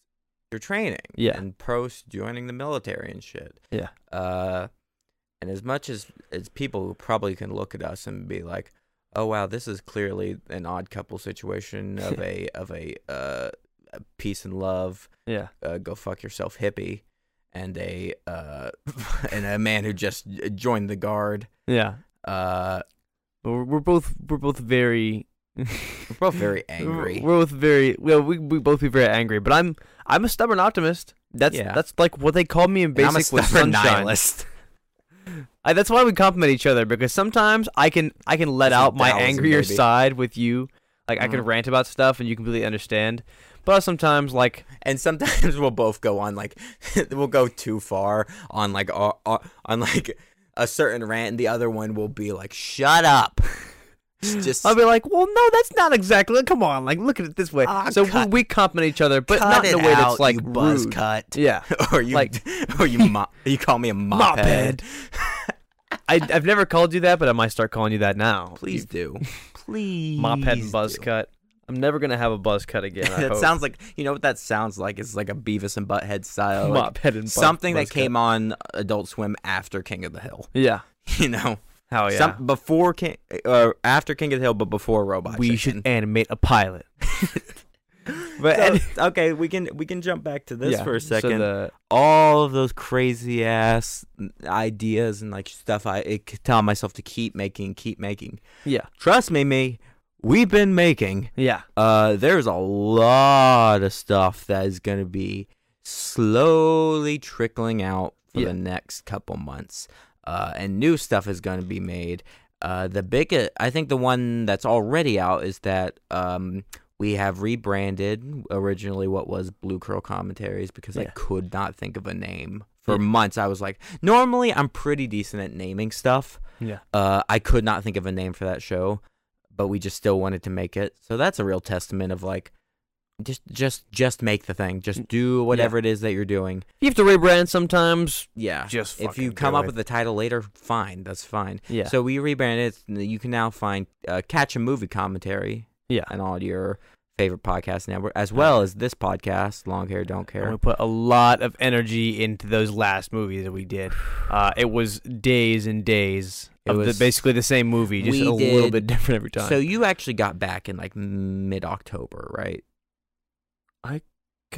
your training, Yeah. and post joining the military and shit, Yeah. Uh, and as much as as people probably can look at us and be like, "Oh wow, this is clearly an odd couple situation of a of a uh a peace and love, yeah, uh, go fuck yourself hippie." And a uh, and a man who just joined the guard. yeah. Uh, We're, we're both we're both very we're both very angry. We're both very well. We we both be very angry. But I'm I'm a stubborn optimist. That's Yeah. that's like what they call me in And I'm a basic with stubborn sunshine. nihilist. I, that's why we compliment each other because sometimes I can I can let It's a out my thousand, angrier baby. side with you. Like I can Mhm. rant about stuff and you completely understand. But sometimes like and sometimes we'll both go on like we'll go too far on like our, our, on like a certain rant and the other one will be like shut up It's just I'll be like, well, no, that's not exactly. Come on, like look at it this way. Ah, so we- cut- we compliment each other, but cut not in a it way out, that's like you buzz rude. cut Yeah. or you Like- or you mo- you call me a mop, head. I, I've never called you that, but I might start calling you that now. please do please You mop head and buzz do. cut. I'm never gonna have a buzz cut again. I that hope. sounds like you know what that sounds like it's like a beavis and butthead style like, mop head and buzz, something buzz that cut. came on adult swim after king of the hill Yeah. you know Hell yeah. Some before King or after King of the Hill, but before Robot. we Chicken. should animate a pilot. but So, any- okay, we can we can jump back to this yeah, for a so second. the- All of those crazy ass ideas and like stuff I, I could tell myself to keep making, keep making. yeah. Trust me, me, we've been making. Yeah. Uh, there's a lot of stuff that is gonna be slowly trickling out for Yeah. the next couple months, uh, and new stuff is gonna be made. Uh, the biggest, I think, the one that's already out is that um, we have rebranded originally what was Blue Curl Commentaries because I Yeah. could not think of a name for Yeah. months. I was like, normally I'm pretty decent at naming stuff. Yeah. Uh, I could not think of a name for that show, but we just still wanted to make it. So that's a real testament of like, just just just make the thing. Just do whatever it is that you're doing. You have to rebrand sometimes. Yeah. Just if you fucking come do up it. with a title later, fine, that's fine. Yeah. So we rebranded. it. You can now find uh, catch a movie commentary yeah. on all your favorite podcast network, as well as this podcast, Long Hair Don't And we Care. put a lot of energy into those last movies that we did. Uh, it was days and days It of was- the, basically the same movie, just We a little did- bit different every time. So you actually got back in like mid October, right? I-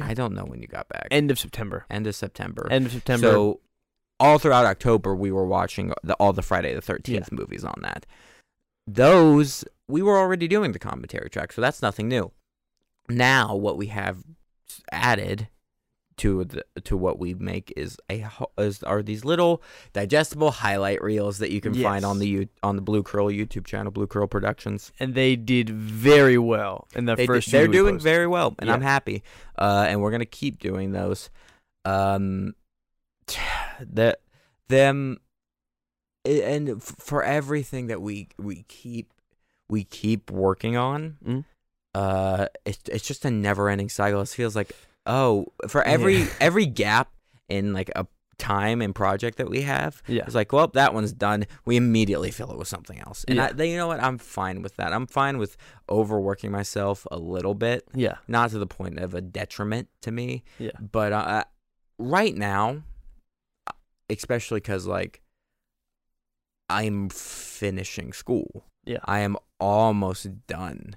I don't know when you got back. end of September. End of September. End of September. So all throughout October, we were watching the, all the Friday the Thirteenth movies on that. Those we were already doing the commentary track, so that's nothing new. Now what we have s- added to the, to what we make is a ho- is, are these little digestible highlight reels that you can find on Yes. the you on the Blue Curl YouTube channel, Blue Curl Productions. and they did very well in the They first. are few we doing posted. very well, and I'm Yeah. happy. Uh, and we're gonna keep doing those. Um, that them, a- and f- for everything that we we keep we keep working on. Mm. uh it's it's just a never ending cycle. It feels like oh for every every gap in like a time and project that we have, Yeah. it's like well that one's done. We immediately fill it with something else. And Yeah. I, they, you know what? I'm fine with that. I'm fine with overworking myself a little bit, Yeah. not to the point of a detriment to me. Yeah. But uh, right now, especially because like I'm finishing school. Yeah. I am almost done.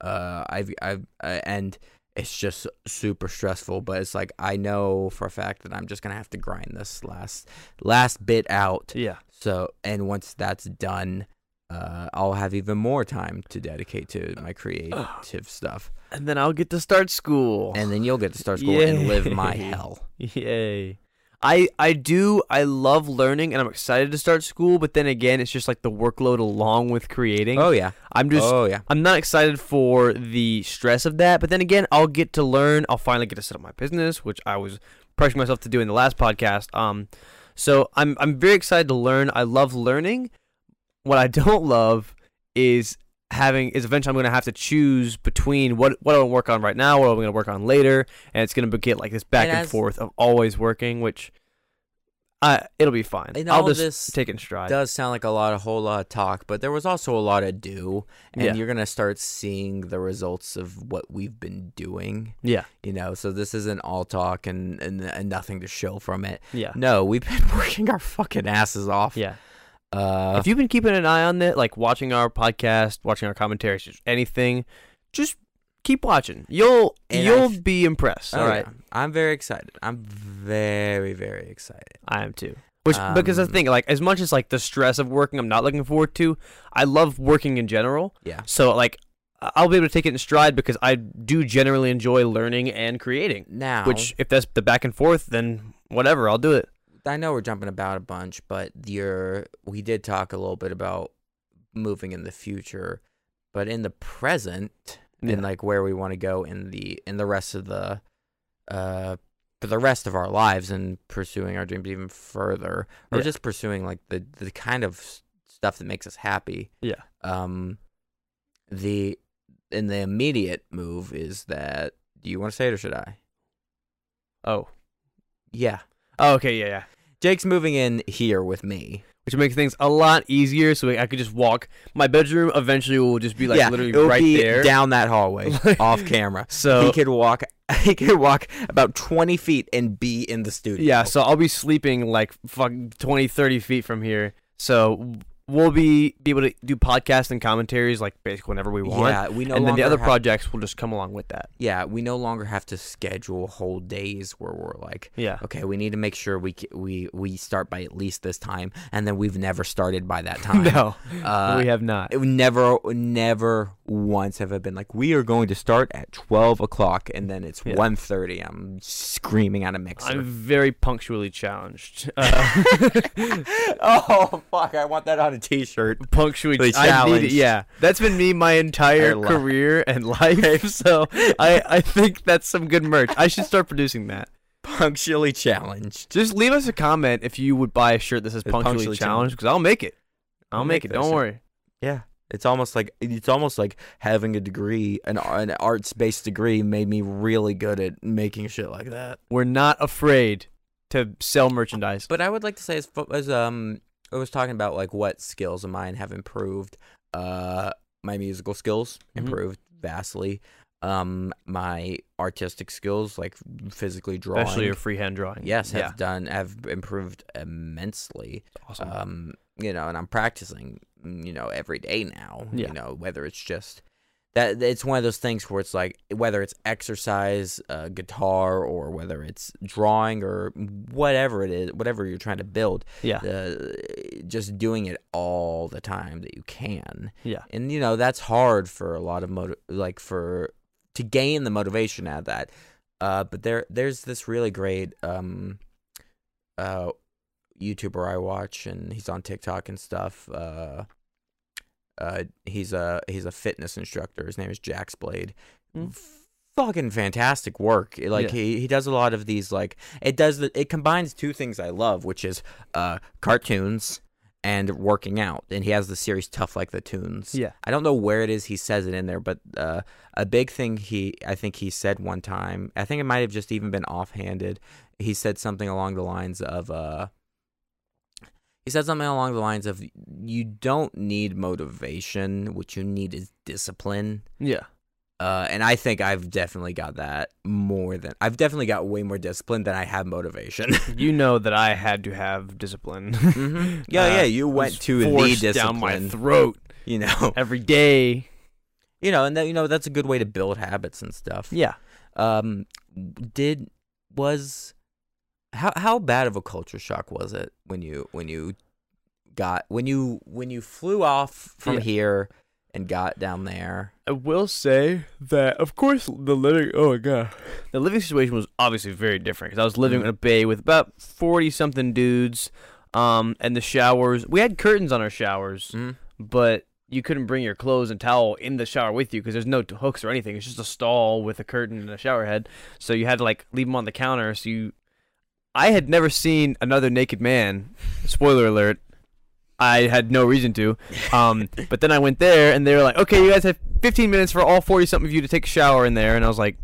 Uh, I've I've uh, and it's just super stressful. But it's like I know for a fact that I'm just gonna have to grind this last last bit out. Yeah. So and once that's done. Uh, I'll have even more time to dedicate to my creative stuff, And then I'll get to start school. and then you'll get to start school and live my Yay. hell. Yay. I I do I love learning and I'm excited to start school, but then again, it's just like the workload along with creating. Oh yeah, I'm just oh yeah. I'm not excited for the stress of that, but then again, I'll get to learn. I'll finally get to set up my business, which I was pressuring myself to do in the last podcast. Um, so I'm I'm very excited to learn. I love learning. What I don't love is having is eventually I'm going to have to choose between what what I want to work on right now, what I'm going to work on later, and it's going to get like this back And and, as- forth of always working, which I it'll be fine. And I'll all just this take it in stride. does sound like a lot of whole lot of talk, but there was also a lot of do, and Yeah. you're gonna start seeing the results of what we've been doing. Yeah. you know, so this isn't all talk and and, and nothing to show from it. yeah. No, we've been working our fucking asses off. Yeah. Uh, if you've been keeping an eye on that, like watching our podcast, watching our commentaries, just anything, just keep watching. You'll And I you'll f- be impressed. oh, All right, yeah. I'm very excited. I'm very very excited. I am too. Which because that's Um, the thing, like as much as like the stress of working, I'm not looking forward to. I love working in general, Yeah, so like I- I'll be able to take it in stride because I do generally enjoy learning and creating. now Which if that's the back and forth, then whatever, I'll do it. I know we're jumping about a bunch, but you're we did talk a little bit about moving in the future, but in the present Yeah. and like where we want to go in the in the rest of the uh for the rest of our lives and pursuing our dreams even further or Yeah. just pursuing like the the kind of s- stuff that makes us happy. Yeah. Um the and the immediate move is that do you want to say it or should I? Oh, Yeah. oh, okay, yeah, yeah. Jake's moving in here with me. Which makes things a lot easier, so I could just walk. My bedroom eventually will just be like literally it'll right be there. down that hallway off camera. So he could walk. He could walk about twenty feet and be in the studio. yeah, so I'll be sleeping like fuck 20, 30 feet from here. So we'll be be able to do podcasts and commentaries like basically whenever we want. yeah. We no and then longer the other have, projects will just come along with that. Yeah, we no longer have to schedule whole days where we're like, Yeah. okay, we need to make sure we c- we we start by at least this time, and then we've never started by that time. No, Uh, we have not. It would never, never once have I been like, we are going to start at twelve o'clock, and then it's Yeah. 1.30. I'm screaming at a mixer. I'm very punctually challenged. Uh, oh fuck! I want that on a T-shirt. punctually Really I need it, challenged. yeah, that's been me my entire Entire life. career and life. So I I think that's some good merch. I should start producing that. Punctually challenged. Just leave us a comment if you would buy a shirt that says It's punctually, punctually challenged because I'll make it. I'll I'll make, make it. that Don't shirt. worry. Yeah, it's almost like it's almost like having a degree, an an arts based degree, made me really good at making shit like that. We're not afraid to sell merchandise. But I would like to say, as, fo- as um, I was talking about like what skills of mine have improved. Uh, my musical skills Mhm. improved vastly. Um, my artistic skills, like physically drawing, Especially your freehand drawing. yes, have Yeah. done have improved immensely. Awesome. um you know and i'm practicing mm, you know every day now Yeah. you know whether it's just that it's one of those things where it's like whether it's exercise uh, guitar or whether it's drawing or whatever it is whatever you're trying to build yeah. uh, just doing it all the time that you can Yeah. and you know that's hard for a lot of motiv- like for to gain the motivation out of that uh but there there's this really great um uh youtuber i watch and he's on tiktok and stuff uh uh he's a he's a fitness instructor his name is jax blade Mm. fucking fantastic work like Yeah. he he does a lot of these like it does the, it combines two things i love which is uh cartoons and working out. And he has the series Tough Like the Tunes. Yeah. I don't know where it is he says it in there, but uh, a big thing he I think he said one time. I think it might have just even been offhanded. He said something along the lines of uh, he said something along the lines of you don't need motivation, what you need is discipline. Yeah. Uh, and I think I've definitely got that more than I've definitely got way more discipline than I have motivation. You know that I had to have discipline. Mhm. Yeah, Uh, yeah. You It went was to the forced discipline, down my throat you know. every day. You know, and that, you know that's a good way to build habits and stuff. Yeah. Um, did was how how bad of a culture shock was it when you when you got when you when you flew off from Yeah. here and got down there? I will say that, of course, the living oh my god, Mm-hmm. the living situation was obviously very different because I was living in a bay with about forty something dudes, um, and the showers we had curtains on our showers, Mhm. but you couldn't bring your clothes and towel in the shower with you because there's no t- hooks or anything. It's just a stall with a curtain and a shower head, so you had to like leave them on the counter. So you, I had never seen another naked man. Spoiler alert. I had no reason to, um, but then I went there and they were like, okay, you guys have 15 minutes for all 40 something of you to take a shower in there. And I was like,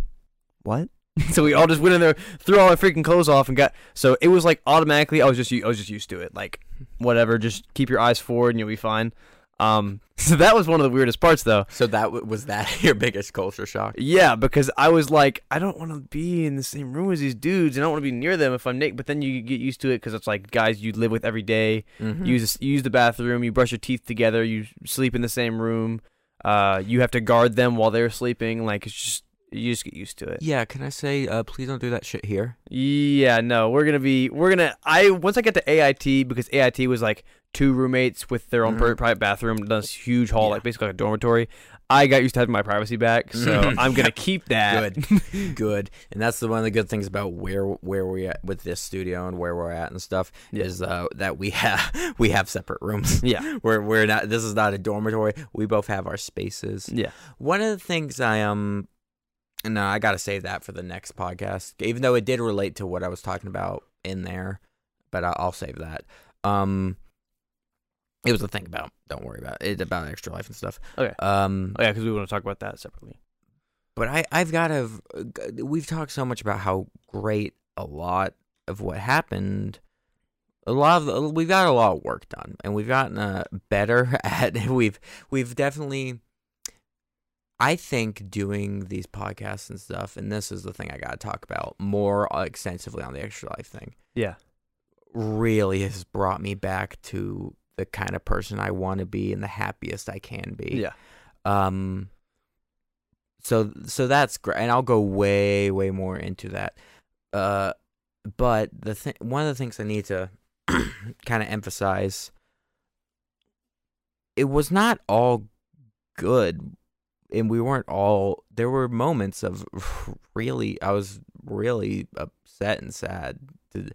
what? so we all just went in there, threw all our freaking clothes off and got, so it was like automatically, I was just, u- I was just used to it. Like whatever, just keep your eyes forward and you'll be fine. Um, so that was one of the weirdest parts though. So that w- was that your biggest culture shock? Yeah, because I was like, I don't want to be in the same room as these dudes, and I don't want to be near them if I'm naked. But then you get used to it because it's like guys you live with every day. Mm-hmm. Hmm. You use you use the bathroom, you brush your teeth together, you sleep in the same room. Uh, you have to guard them while they're sleeping. Like it's just you just get used to it. Yeah. Can I say, uh, please don't do that shit here? Yeah, no, we're gonna be we're gonna I once I got to AIT because AIT was like two roommates with their own pri- private bathroom, done this huge hall, Mm-hmm. Yeah. like basically like a dormitory. I got used to having my privacy back, so I'm gonna keep that. good good and that's the one of the good things about where where we at with this studio and where we're at and stuff is uh, that we have we have separate rooms Yeah. we're, we're not this is not a dormitory we both have our spaces Yeah. one of the things i um no i gotta save that for the next podcast even though it did relate to what i was talking about in there but I, i'll save that um it was a thing about don't worry about it about extra life and stuff Okay. um Oh yeah, because we want to talk about that separately. but I, I've got to. uh, We've talked so much about how great a lot of what happened. A lot of uh, we've got a lot of work done, and we've gotten uh, better at. We've we've definitely. I think doing these podcasts and stuff, and this is the thing I got to talk about more uh, extensively on the extra life thing. Yeah. really has brought me back to the kind of person I want to be and the happiest I can be. Yeah. Um so so that's great and I'll go way way more into that. Uh but the thing one of the things I need to kind of emphasize it was not all good and we weren't all there were moments of really I was really upset and sad to,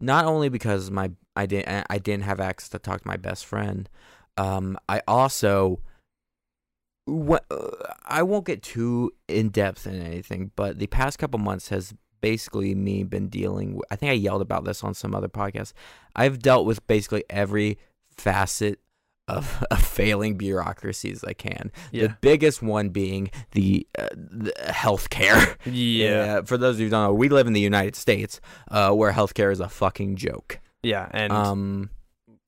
not only because my I didn't I didn't have access to talk to my best friend um I also what uh, I won't get too in depth in anything, but the past couple months has basically me been dealing. With, I think I yelled about this on some other podcast. I've dealt with basically every facet of, of failing bureaucracies I can. Yeah. The biggest one being the, uh, the healthcare. uh, Yeah. for those of you who don't know, we live in the United States, uh, where healthcare is a fucking joke. Yeah, and um.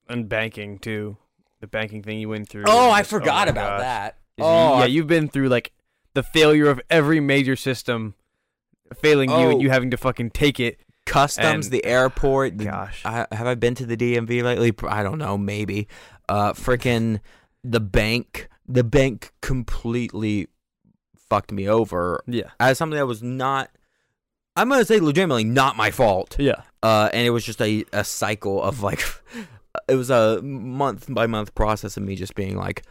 and banking too. The banking thing you went through. Oh, I Just- forgot my about gosh. that. Is- Oh, yeah, I- you've been through like the failure of every major system failing you Oh. and you having to fucking take it. Customs, and- the airport, the Gosh. I, have I been to the DMV lately? Pr- I don't know. Maybe. Uh, freaking the bank. The bank completely fucked me over yeah. as something that was not. I'm gonna say legitimately not my fault. Yeah. Uh, and it was just a, a cycle of like, it was a month by month process of me just being like,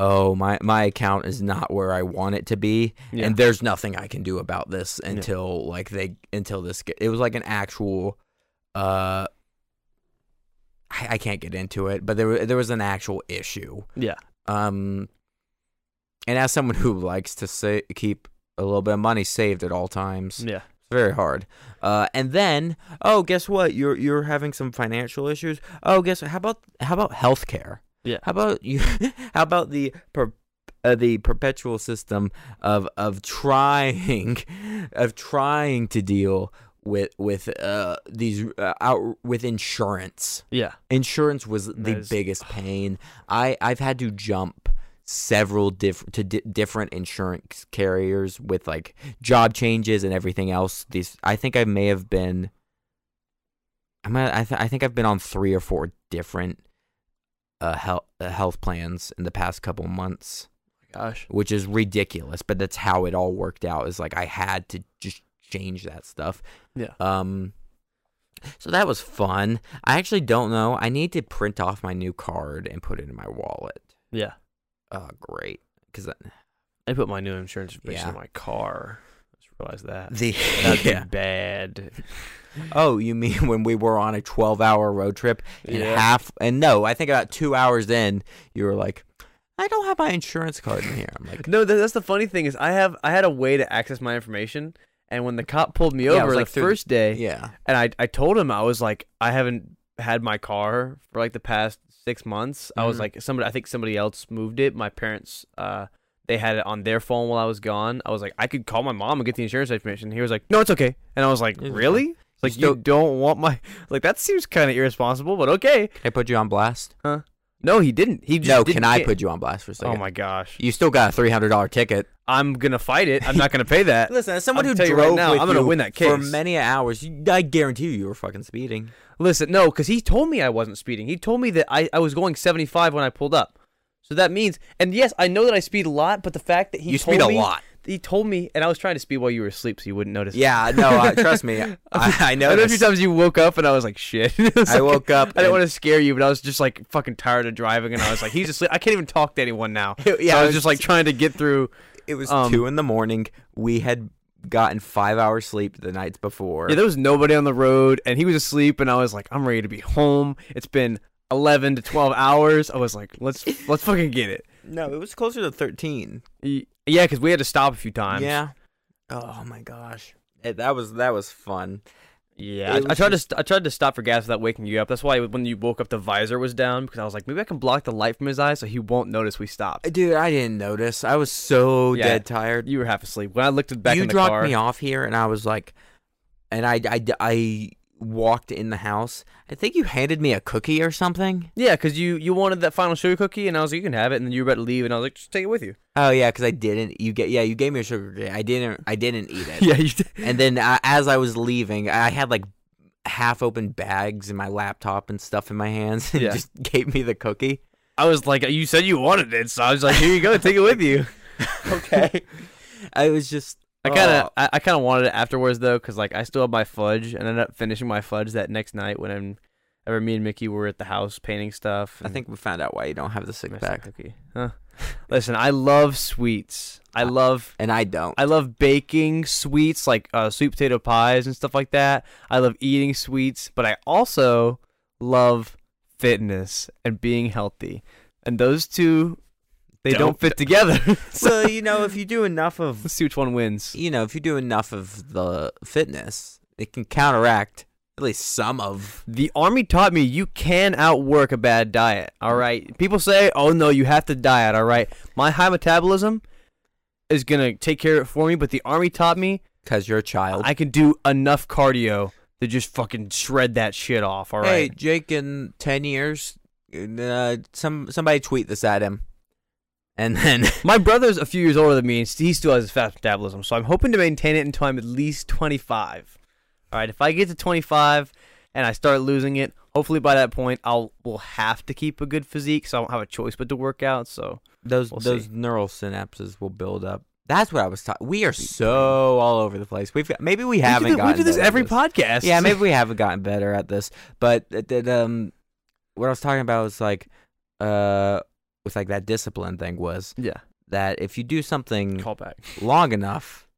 oh my my account is not where I want it to be, Yeah. and there's nothing I can do about this until like they until this. Get, it was like an actual, uh, I, I can't get into it, but there wa- there was an actual issue. Yeah. Um, and as someone who likes to say keep a little bit of money saved at all times, Yeah. very hard. Uh, and then, oh, guess what? You're you're having some financial issues. Oh, guess how about how about healthcare? Yeah. How about you? How about the per, uh, the perpetual system of of trying of trying to deal with with uh these uh, out with insurance. Yeah. Insurance was the is- biggest pain. I I've had to jump several different to di- different insurance carriers with like job changes and everything else. These I think I may have been. I might I, th- I think I've been on three or four different uh, health uh, health plans in the past couple months Oh Gosh. which is ridiculous, but that's how it all worked out. Is like I had to just change that stuff. Yeah. Um so that was fun. I actually don't know. I need to print off my new card and put it in my wallet. Yeah. Oh, great. Cuz I put my new insurance information Yeah. in my car. Just realized that. the That'd yeah. be bad. Oh, you mean when we were on a 12-hour road trip and half and no, I think about 2 hours in, you were like, "I don't have my insurance card in here." I'm like, No, tha- that's the funny thing is I have I had a way to access my information, and when the cop pulled me Yeah, it over was the like through- first day, "Yeah." and I I told him I was like I haven't had my car for like the past six months. I was Mhm. like somebody I think somebody else moved it. My parents uh they had it on their phone while I was gone. I was like I could call my mom and get the insurance information. He was like No, it's okay. And I was like It's Really? It's Like still- you don't want my like that seems kind of irresponsible, but okay. Can I put you on blast? No, he didn't. He just No, didn't can I get- put you on blast for a second? Oh my gosh! You still got a three hundred dollar ticket. I'm gonna fight it. I'm not gonna pay that. Listen, as someone I'll who tell you drove right now, with I'm gonna Uh, you win that for case. many hours, you, I guarantee you, you were fucking speeding. Listen, no, because he told me I wasn't speeding. He told me that I, I was going 75 when I pulled up. So that means, and yes, I know that I speed a lot, but the fact that he you told speed a me- lot. he told me, and I was trying to speed while you were asleep, so you wouldn't notice. Yeah, no, I, trust me, I, I know. I know a few this. times you woke up and I was like, shit. It was I like- woke up. I didn't and- want to scare you, but I was just like fucking tired of driving, and I was like, he's asleep. I can't even talk to anyone now. Yeah, So I it was just like trying to get through. It was um, two in the morning. We had gotten five hours sleep the nights before. Yeah, there was nobody on the road, and he was asleep, and I was like, I'm ready to be home. It's been 11 to 12 hours. I was like, let's let's fucking get it. no, it was closer to thirteen. Y- Yeah, because we had to stop a few times. yeah. Oh my gosh, Eh, that was that was fun. yeah. It I, I was tried to st- I tried to stop for gas without waking you up. That's why when you woke up, the visor was down because I was like, maybe I can block the light from his eyes so he won't notice we stopped. Uh, Dude, I didn't notice. I was so Yeah. dead tired. You were half asleep when I looked back you in the dropped car. me off here and i was like and I, I i walked in the house i think you handed me a cookie or something Yeah, because you you wanted that final sugar cookie, and I was like, you can have it, and then you were about to leave, and I was like, just take it with you. oh yeah because i didn't you get yeah you gave me a sugar cookie i didn't i didn't eat it yeah, you did. and then uh, as i was leaving i had like half open bags and my laptop and stuff in my hands and Yeah. just gave me the cookie I was like, you said you wanted it, so I was like, here you go, take it with you. okay i was just I kind Oh. of I, I kind of wanted it afterwards though, because like I still had my fudge, and I ended up finishing my fudge that next night when whenever me and Mickey were at the house painting stuff. i and- think we found out why you don't have the six Messed up pack cookie. Huh. Listen, I love sweets. I love and i don't I love baking sweets like uh, sweet potato pies and stuff like that. I love eating sweets, but I also love fitness and being healthy. And those two they don't, Don't. fit together. so so you know if you do enough of let's see which one wins. you know, if you do enough of the fitness, it can counteract at least some of. The army taught me you can outwork a bad diet. All right. People say, "Oh no, you have to diet." All right. My high metabolism is going to take care of it for me, but the army taught me Because you're a child. I can do enough cardio to just fucking shred that shit off. All hey, right. Jake, in 10 years, uh, some somebody tweet this at him. And then. My brother's a few years older than me, and he still has his fast metabolism. So I'm hoping to maintain it until I'm at least 25. All right. If I get to 25 and I start losing it, hopefully by that point I'll will have to keep a good physique, so I don't have a choice but to work out. So those We'll those see. neural synapses will build up. That's what I was talking. We are so all over the place. We've got maybe we haven't we do, th- gotten we do this better at every podcast. Yeah, maybe we haven't gotten better at this, but that- that um, what I was talking about was like, uh, with like that discipline thing was Yeah. that if you do something Call back. long enough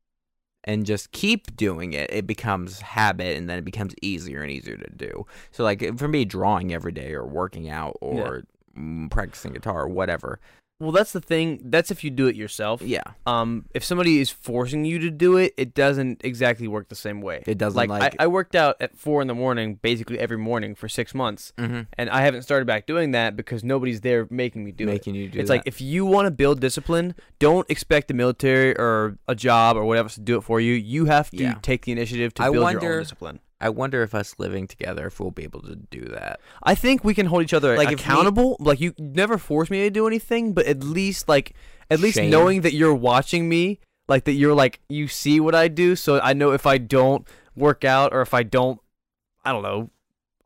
and just keep doing it, it becomes habit and then it becomes easier and easier to do. So, like for me, drawing every day or working out or mm, practicing guitar or whatever, Well, that's the thing. That's if you do it yourself. Yeah, Um, if somebody is forcing you to do it, it doesn't exactly work the same way. it doesn't like like. I, I worked out at four in the morning, basically every morning for six months, mhm, and I haven't started back doing that because nobody's there making me do it. making you do. it's that. like if you want to build discipline, don't expect the military or a job or whatever to do it for you. You have to Yeah. take the initiative to I build your wonder- own discipline. I wonder if us living together, if we'll be able to do that. I think we can hold each other Like, if me- accountable. like you never force me to do anything, but at least like at least Shame. knowing that you're watching me, like that you're like you see what I do, so I know if I don't work out or if I don't, I don't know,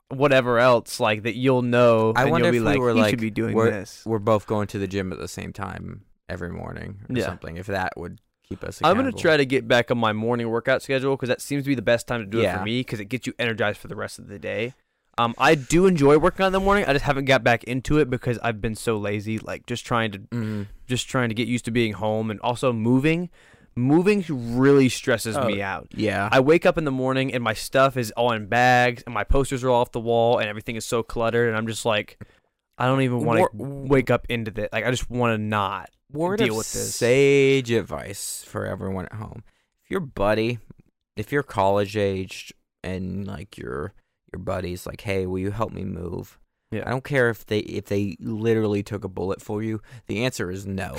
whatever else, like that you'll know. I and wonder you'll be if we like, were, "You like, should be doing we're- this. We're both going to the gym at the same time every morning or Yeah. something. If that would keep us. I'm gonna accountable. try to get back on my morning workout schedule because that seems to be the best time to do it Yeah. for me because it gets you energized for the rest of the day. Um, I do enjoy working out in the morning. I just haven't got back into it because I've been so lazy, like just trying to Mhm. just trying to get used to being home and also moving. Moving really stresses Oh. me out. Yeah. I wake up in the morning and my stuff is all in bags and my posters are all off the wall and everything is so cluttered and I'm just like, I don't even want to Wor- wake up into this. Like I just want to not. word deal of with this. sage advice for everyone at home. If your buddy, if you're college aged and like your your buddy's like, hey, will you help me move? Yeah. I don't care if they if they literally took a bullet for you. The answer is no.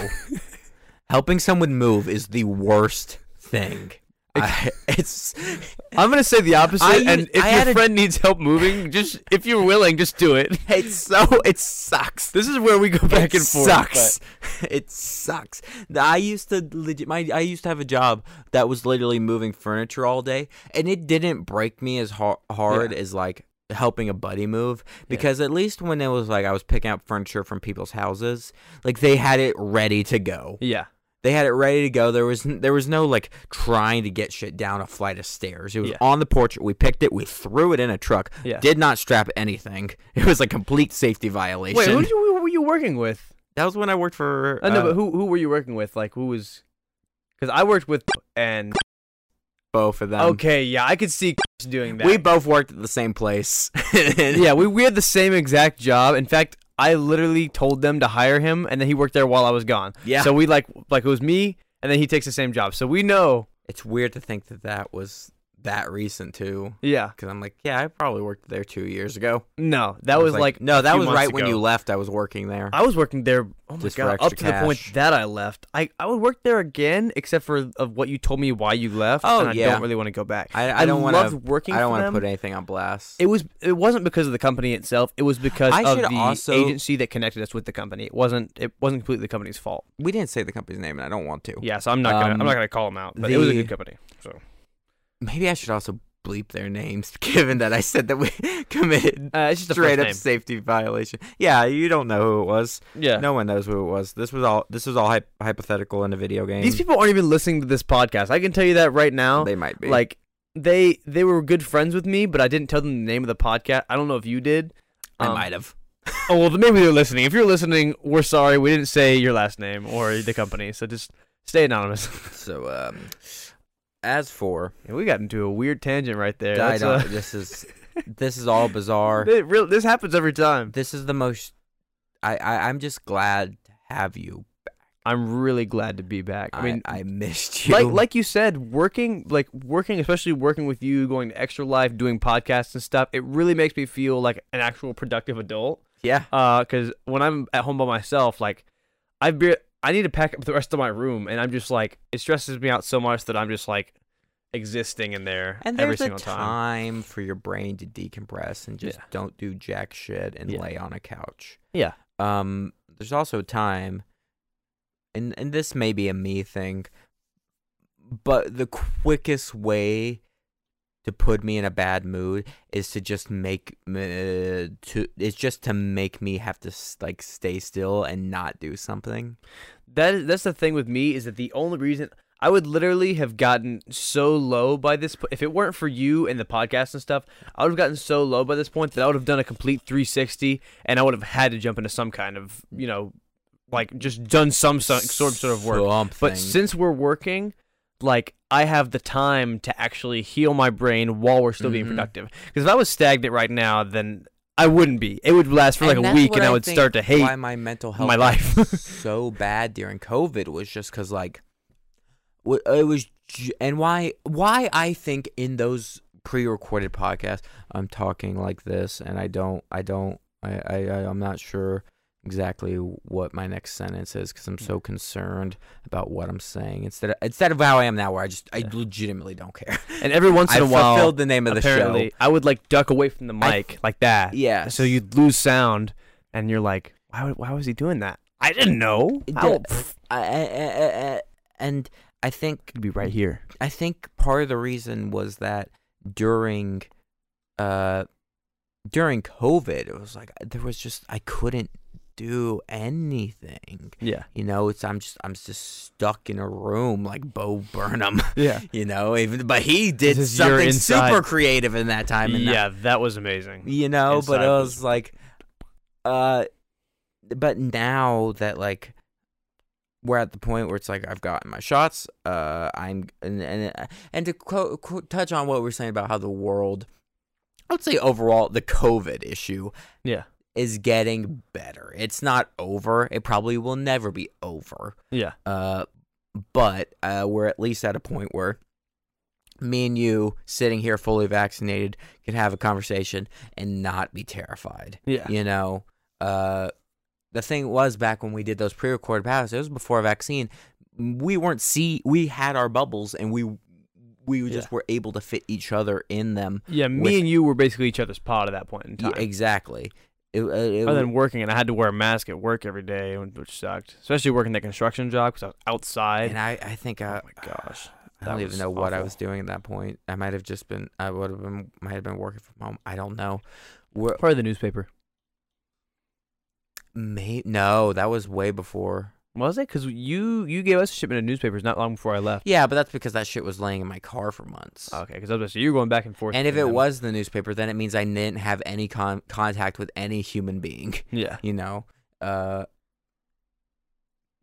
Helping someone move is the worst thing. I, it's I'm gonna say the opposite. I- and if I had your a- friend needs help moving, just if you're willing, just do it. it's so it sucks. This is where we go it back and forth. Sucks. It sucks. The- I used to legit. My I used to have a job that was literally moving furniture all day, and it didn't break me as har- hard as like helping a buddy move because at least when it was like I was picking up furniture from people's houses, like they had it ready to go. but- yeah. They had it ready to go. There was n- there was no like trying to get shit down a flight of stairs. It was Yeah. on the porch. We picked it. We threw it in a truck. Yeah. Did not strap anything. It was a complete safety violation. Wait, who, who were you working with? That was when I worked for. I know, uh, but who who were you working with? Like who was? Because I worked with and um, both of them. okay, yeah, I could see doing that. we both worked at the same place. yeah, yeah, we, we had the same exact job. In fact, I literally told them to hire him, and then he worked there while I was gone. Yeah. So we like like it was me, and then he takes the same job. So we know. it's weird to think that that was that recent too. Yeah. Because I'm like, yeah, I probably worked there two years ago. No, that I was like, no, that few was "Mm." months right when ago. you left. I was working there. I was working there. Oh my Just for god! Up to extra the point cash. that I left, I I would work there again, except for of what you told me why you left. Oh, and I yeah. don't really want to go back. I, I don't want loved to. working. I don't want want to put anything on blast. It was. It wasn't because of the company itself. It was because I of should the also- agency that connected us with the company. It wasn't. It wasn't completely the company's fault. we didn't say the company's name, and I don't want to. Yeah, so I'm not gonna. Um, I'm not gonna call them out. But it was a the- good company. So Maybe I should also bleep their names, given that I said that we committed uh, it's just straight up safety violation. Yeah, you don't know who it was. Yeah. No one knows who it was. This was all. This was all hy- hypothetical in a video game. These people aren't even listening to this podcast. I can tell you that right now. they might be like they they were good friends with me, but I didn't tell them the name of the podcast. I don't know if you did. I Um, might have. Oh well, then maybe they're listening. If you're listening, we're sorry. We didn't say your last name or the company, so just stay anonymous. So, um, as for Yeah, we got into a weird tangent right there. I That's, uh, don't- this is this is all bizarre. it real- this happens every time. This is the most. I, I I'm just glad to have you. I'm really glad to be back. I, I mean, I missed you. like like you said, working like working, especially working with you, going to Extra Life, doing podcasts and stuff. It really makes me feel like an actual productive adult. yeah, because when I'm at home by myself, like I've be- I need to pack up the rest of my room, and I'm just like it stresses me out so much that I'm just like existing in there and every there's a single time. time for your brain to decompress and just Yeah. don't do jack shit and Yeah. lay on a couch. Yeah. Um. There's also a time, and and this may be a me thing, but the quickest way to put me in a bad mood is to just make me to it's just to make me have to s- like stay still and not do something. That is that's the thing with me is that the only reason I would literally have gotten so low by this po- if it weren't for you and the podcast and stuff, I would have gotten so low by this point that I would have done a complete 360, and I would have had to jump into some kind of you know like just done some so- sort sort of work. Something. But since we're working, like I have the time to actually heal my brain while we're still being Mhm. productive. Because if I was stagnant right now, then I wouldn't be. It would last for like a that's week, what and I would think start to hate. why my mental health my life. was so bad during COVID was just because like w- it was, j- and why why I think in those pre-recorded podcasts I'm talking like this, and I don't I don't I I I- I'm not sure exactly what my next sentence is because I'm Mm. so concerned about what I'm saying instead of instead of how I am now, where I just I Yeah. legitimately don't care. and every once I in a while, fulfilled the name of the apparently, show. I would like duck away from the mic like that. Yeah. So you'd lose sound, and you're like, why? would- Why was he doing that? I didn't know. It I does. I, I, I, I, and I think could be right here. I think part of the reason was that during uh during COVID it was like there was just I couldn't do anything. Yeah. You know, it's I'm just I'm just stuck in a room like Bo Burnham, Yeah. you know, even but he did This is your something inside. super creative in that time and that- yeah, that, was amazing. you know, but Inside it was- was like uh but now that like we're at the point where it's like I've gotten my shots. Uh, I'm and and, and to co- co- touch on what we we're saying about how the world, I would say overall the COVID issue Yeah. is getting better. It's not over. It probably will never be over. Yeah. Uh, but uh, we're at least at a point where me and you sitting here fully vaccinated could have a conversation and not be terrified. Yeah. You know, uh, the thing was back when we did those pre-recorded podcasts, it was before vaccine. We weren't see. We had our bubbles, and we we just Yeah. were able to fit each other in them. Yeah. Me With- and you were basically each other's pod at that point in Yeah, time. exactly. It, uh, it, Other than working, and I had to wear a mask at work every day, which sucked. Especially working that construction job because I was outside. and I, I think I, oh my gosh. I That don't even was know what I awful. was doing at that point. I might have just been. I would have been. Might have been working from home. I don't know. Were Part of the newspaper. may no. That was way before. Was it? Because you you gave us a shipment of newspapers not long before I left. Yeah, but that's because that shit was laying in my car for months. Okay, because I was gonna say, you were going back and forth. and if between it them. was the newspaper, then it means I didn't have any con- contact with any human being. yeah, You know. Uh.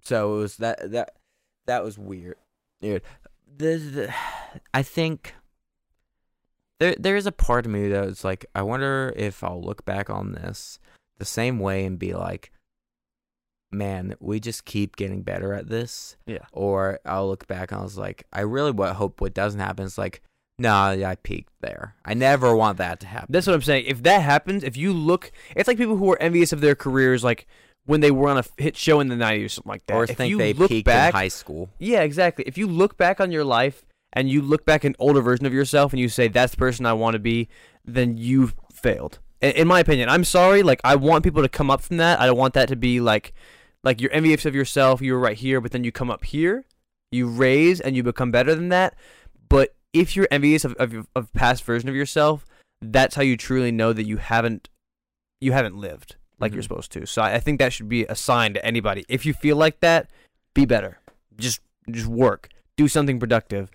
So it was that that that was weird. Dude, the, the I think there there is a part of me that is like, I wonder if I'll look back on this the same way and be like, man, we just keep getting better at this. Yeah. Or I'll look back and I was like, I really what hope what doesn't happen is like, nah, I peaked there. I never want that to happen. that's what I'm saying. If that happens, if you look, it's like people who are envious of their careers, like when they were on a f- hit show in the '90s or something like that. or if think you they look peaked back, in high school. yeah, exactly. If you look back on your life and you look back an older version of yourself and you say that's the person I want to be, then you've failed. In, in my opinion, I'm sorry. Like I want people to come up from that. I don't want that to be like, like you're envious of yourself. You were right here, but then you come up here, you raise, and you become better than that. But if you're envious of of, your- of past version of yourself, that's how you truly know that you haven't, you haven't lived like you're Mhm. supposed to. So I, I think that should be a sign to anybody. If you feel like that, be better. Just just work. Do something productive.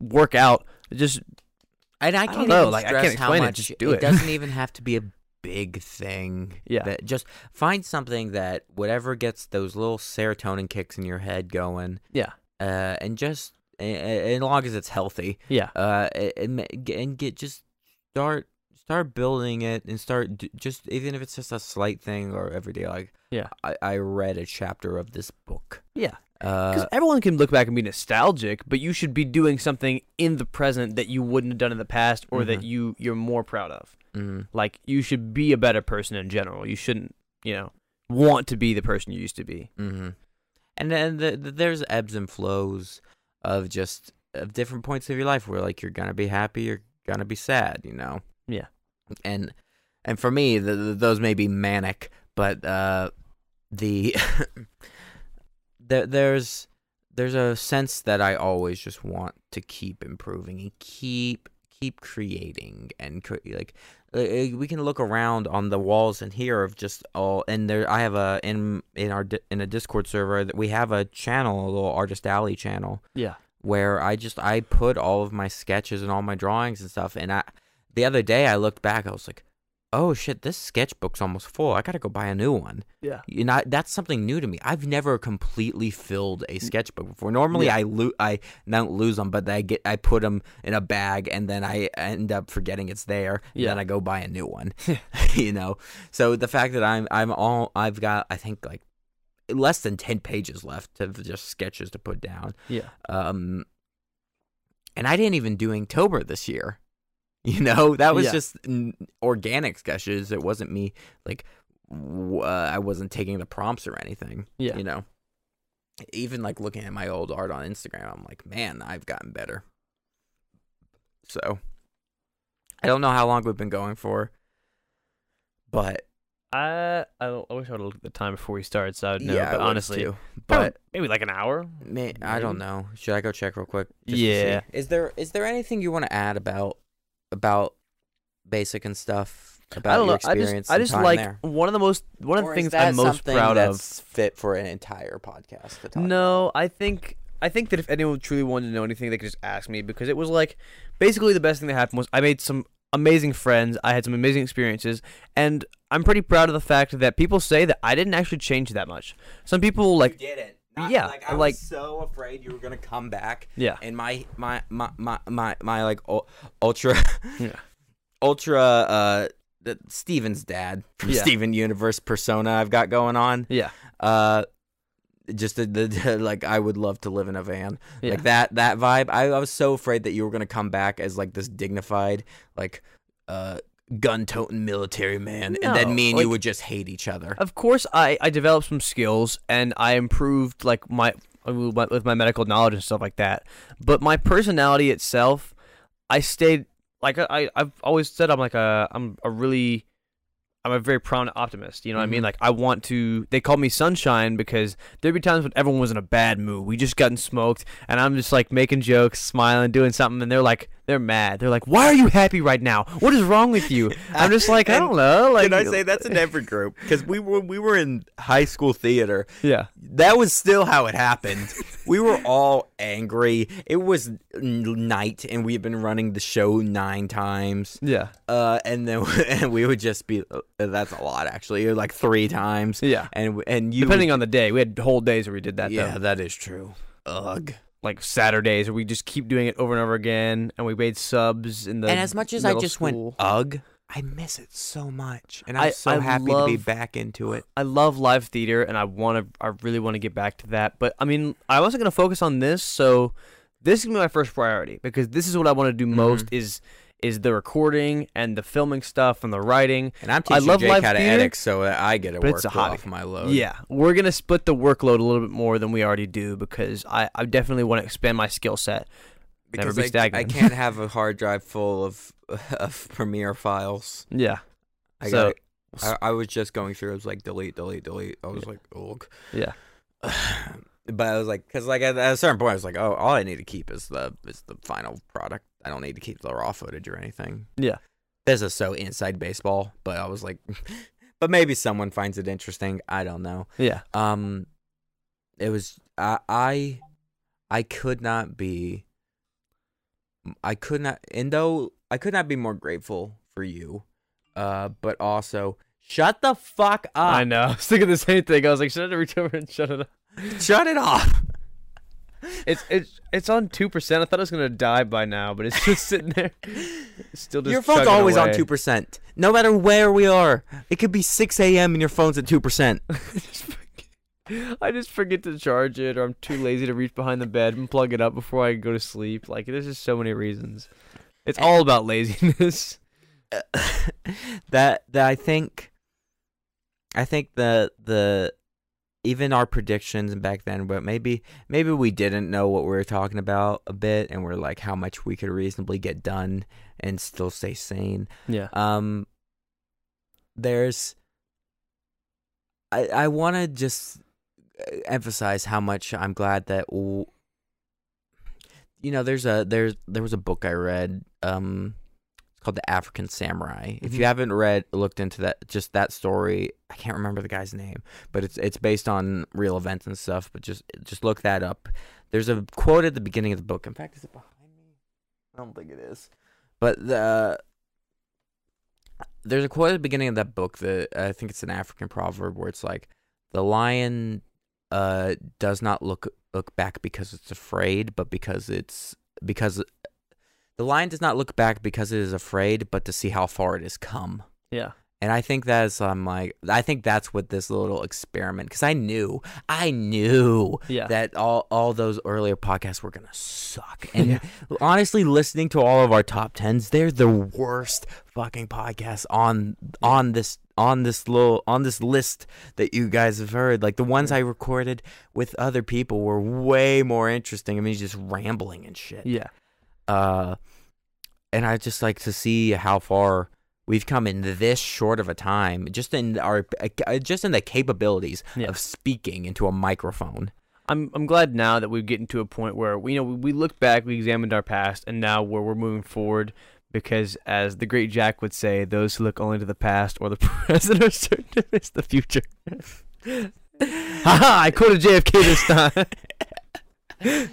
Work out. Just And I don't can't know, even like, I stress can't how explain it, much just do it. doesn't even have to be a big thing. Yeah. That just find something that whatever gets those little serotonin kicks in your head going. Yeah. Uh, and just a- a- as long as it's healthy. yeah. Uh, a- and, ma- g- and get just start start building it and start d- just even if it's just a slight thing or every day like Yeah. I, I read a chapter of this book. Yeah. Because Uh, everyone can look back and be nostalgic, but you should be doing something in the present that you wouldn't have done in the past or that Mhm. you you're more proud of. mm, Like you should be a better person in general. You shouldn't, you know, want to be the person you used to be. Mm-hmm. And then the, the, there's ebbs and flows of just of different points of your life where like you're gonna be happy, you're gonna be sad, you know. Yeah. And and for me, the, the, those may be manic, but uh, the there, there's there's a sense that I always just want to keep improving and keep keep creating and cre- like uh, uh, we can look around on the walls in here of just all and there i have a in in our di- in a discord server that we have a channel a little artist alley channel Yeah. where i just i put all of my sketches and all my drawings and stuff and i the other day i looked back i was like oh shit, this sketchbook's almost full. I gotta go buy a new one. Yeah. You know, that's something new to me. I've never completely filled a sketchbook before. Normally, I lo- I don't lose them, but I get I put them in a bag, and then I end up forgetting it's there, and Yeah. then I go buy a new one. you know, so the fact that I'm I'm all I've got, I think like less than ten pages left of just sketches to put down. Yeah. Um, and I didn't even do Inktober this year. You know, that was Yeah. just mm, organic sketches. It wasn't me like w- uh, I wasn't taking the prompts or anything. Yeah. You know, even like looking at my old art on Instagram, I'm like, man, I've gotten better. So I don't know how long we've been going for, but I I, don't- I wish I would have looked at the time before we started, so I would know. yeah, I but would honestly, too. probably but maybe like an hour. May, I don't know. Should I go check real quick? to Yeah. see? Is there is there anything you want to add about about basic and stuff about I don't your know. I experience? just I and just time like there? one of the most one of the Or is things that I'm most something proud of. that's Fit for an entire podcast. To talk No, I think I think that if anyone truly wanted to know anything, they could just ask me because it was like basically the best thing that happened was I made some amazing friends, I had some amazing experiences, and I'm pretty proud of the fact that people say that I didn't actually change that much. Some people like did it. Not- Yeah, like, I was like- so afraid you were gonna come back. yeah, And my my my my my, my like ul- ultra Yeah. ultra uh the- Steven's dad from Yeah. Steven Universe persona I've got going on. yeah, uh just the, the, the like I would love to live in a van. yeah. Like that that vibe. I, I was so afraid that you were gonna come back as like this dignified, like uh gun toting military man and No, then me and you like- would just hate each other. Of course, I I developed some skills and I improved like my with my medical knowledge and stuff like that. But my personality itself, I stayed like I- I I've always said I'm like a I'm a really I'm a very proud optimist. You know what I mean? Mhm. Like I want to. They call me sunshine because there'd be times when everyone was in a bad mood. We just gotten smoked, and I'm just like making jokes, smiling, doing something, and they're like. They're mad. They're like, "Why are you happy right now? What is wrong with you?" I'm just like, I And don't know. Like, Can I say that's in every group? Because we were we were in high school theater Yeah. that was still how it happened. we were all angry. It was n- night, and we had been running the show nine times. Yeah. Uh, and then and we would just be uh, that's a lot actually, like three times. Yeah. And and you Depending on the day, we had whole days where we did that. yeah, though. that is true. Ugh. like Saturdays, where we just keep doing it over and over again, and we made subs in the. and as much as I middle just school. went ugh, I miss it so much, and I'm I- so I happy to be love- back into it. I love live theater, and I want to. I really want to get back to that, but I mean, I wasn't going to focus on this, so this is gonna be my first priority because this is what I want to do Mm-hmm. most is is the recording and the filming stuff and the writing. And I'm I teaching love Jake live how to theater, edit, so that I get a but work it's a hobby. off my load. Yeah, we're gonna split the workload a little bit more than we already do because I, I definitely want to expand my skill set. Never because be I- I stagnant. can't have a hard drive full of of Premiere files. Yeah, I So- got. I, I was just going through. It was like delete, delete, delete. I was like, ugh. Yeah. but I was like, because like at, at a certain point, I was like, oh, all I need to keep is the is the final product. I don't need to keep the raw footage or anything. Yeah. This is so inside baseball, but I was like, but maybe someone finds it interesting. I don't know. yeah, Um, it was I I, I could not be. I could not, and though I could not be more grateful for you, uh, but also shut the fuck up. I know. I was thinking the same thing. I was like, should I reach over and shut it up? Shut it off. It's it's it's on two percent. I thought it was gonna die by now, but it's just sitting there. It's still just Your phone's chugging always on away. two percent, no matter where we are. It could be six a.m. and your phone's at two percent. Just forget- I just forget to charge it, or I'm too lazy to reach behind the bed and plug it up before I go to sleep. Like there's just so many reasons. It's all about laziness. that that I think I think the the even our predictions back then, but maybe maybe we didn't know what we were talking about a bit, and we're like how much we could reasonably get done and still stay sane. Yeah. Um, there's I I want to just uh, emphasize how much I'm glad that w- you know there's a there's there was a book I read um it's called The African Samurai. If you Mhm. haven't read looked into that just that story, I can't remember the guy's name, but it's it's based on real events and stuff, but just just look that up. There's a quote at the beginning of the book. In fact, is it behind me? I don't think it is. But the there's a quote at the beginning of that book that I think it's an African proverb where it's like the lion uh does not look look back because it's afraid, but because it's because the lion does not look back because it is afraid, but to see how far it has come. Yeah. And I think that's I'm like I think that's what this little experiment because I knew I knew Yeah. that all all those earlier podcasts were gonna suck. And honestly, listening to all of our top tens, they're the worst fucking podcasts on on this on this little on this list that you guys have heard. Like the ones I recorded with other people were way more interesting. I mean, just rambling and shit yeah. uh and i just like to see how far we've come in this short of a time just in our uh, just in the capabilities Yeah. of speaking into a microphone I'm I'm glad now that we're getting to a point where we you know we, we look back, we examined our past, and now where we're moving forward. Because, as the great Jack would say, those who look only to the past or the present are certain to miss the future. Haha! I quoted JFK this time.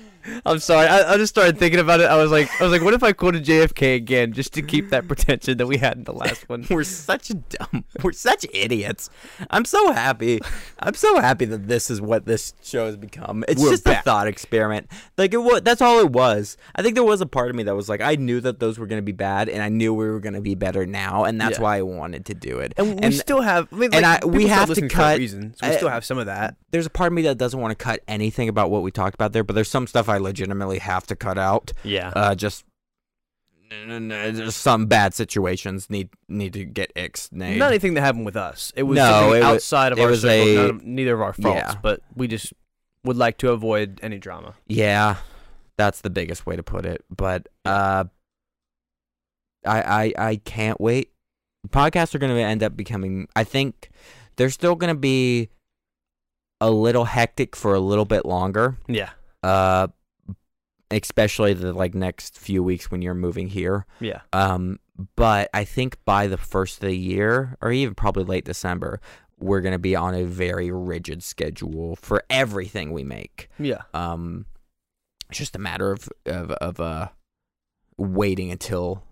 I'm sorry. I, I just started thinking about it. I was like, I was like, what if I quoted JFK again just to keep that pretension that we had in the last one? we're such dumb we're such idiots i'm so happy i'm so happy that this is what this show has become it's We're just a back. thought experiment like it was that's all it was i think there was a part of me that was like i knew that those were going to be bad and i knew we were going to be better now and that's Yeah. why i wanted to do it And we still have. I mean, and like, I- we people start have to listening for cut- that reason, so we I- still have some of that. there's a part of me that doesn't want to cut anything about what we talked about there, but there's some stuff I legitimately have to cut out. Yeah. Uh, just n- n- n- just some bad situations need need to get ixnayed. Not anything that happened with us. It was No, something it wa- outside of it our was circle, a- none of- neither of our faults, Yeah. but we just would like to avoid any drama. yeah, that's the biggest way to put it. But uh, I I I can't wait. Podcasts are going to end up becoming. I think they're still going to be a little hectic for a little bit longer. Yeah. Uh, especially the like next few weeks when you're moving here. Yeah. Um, but I think by the first of the year, or even probably late December, we're gonna be on a very rigid schedule for everything we make. Yeah. Um, it's just a matter of of of uh, waiting until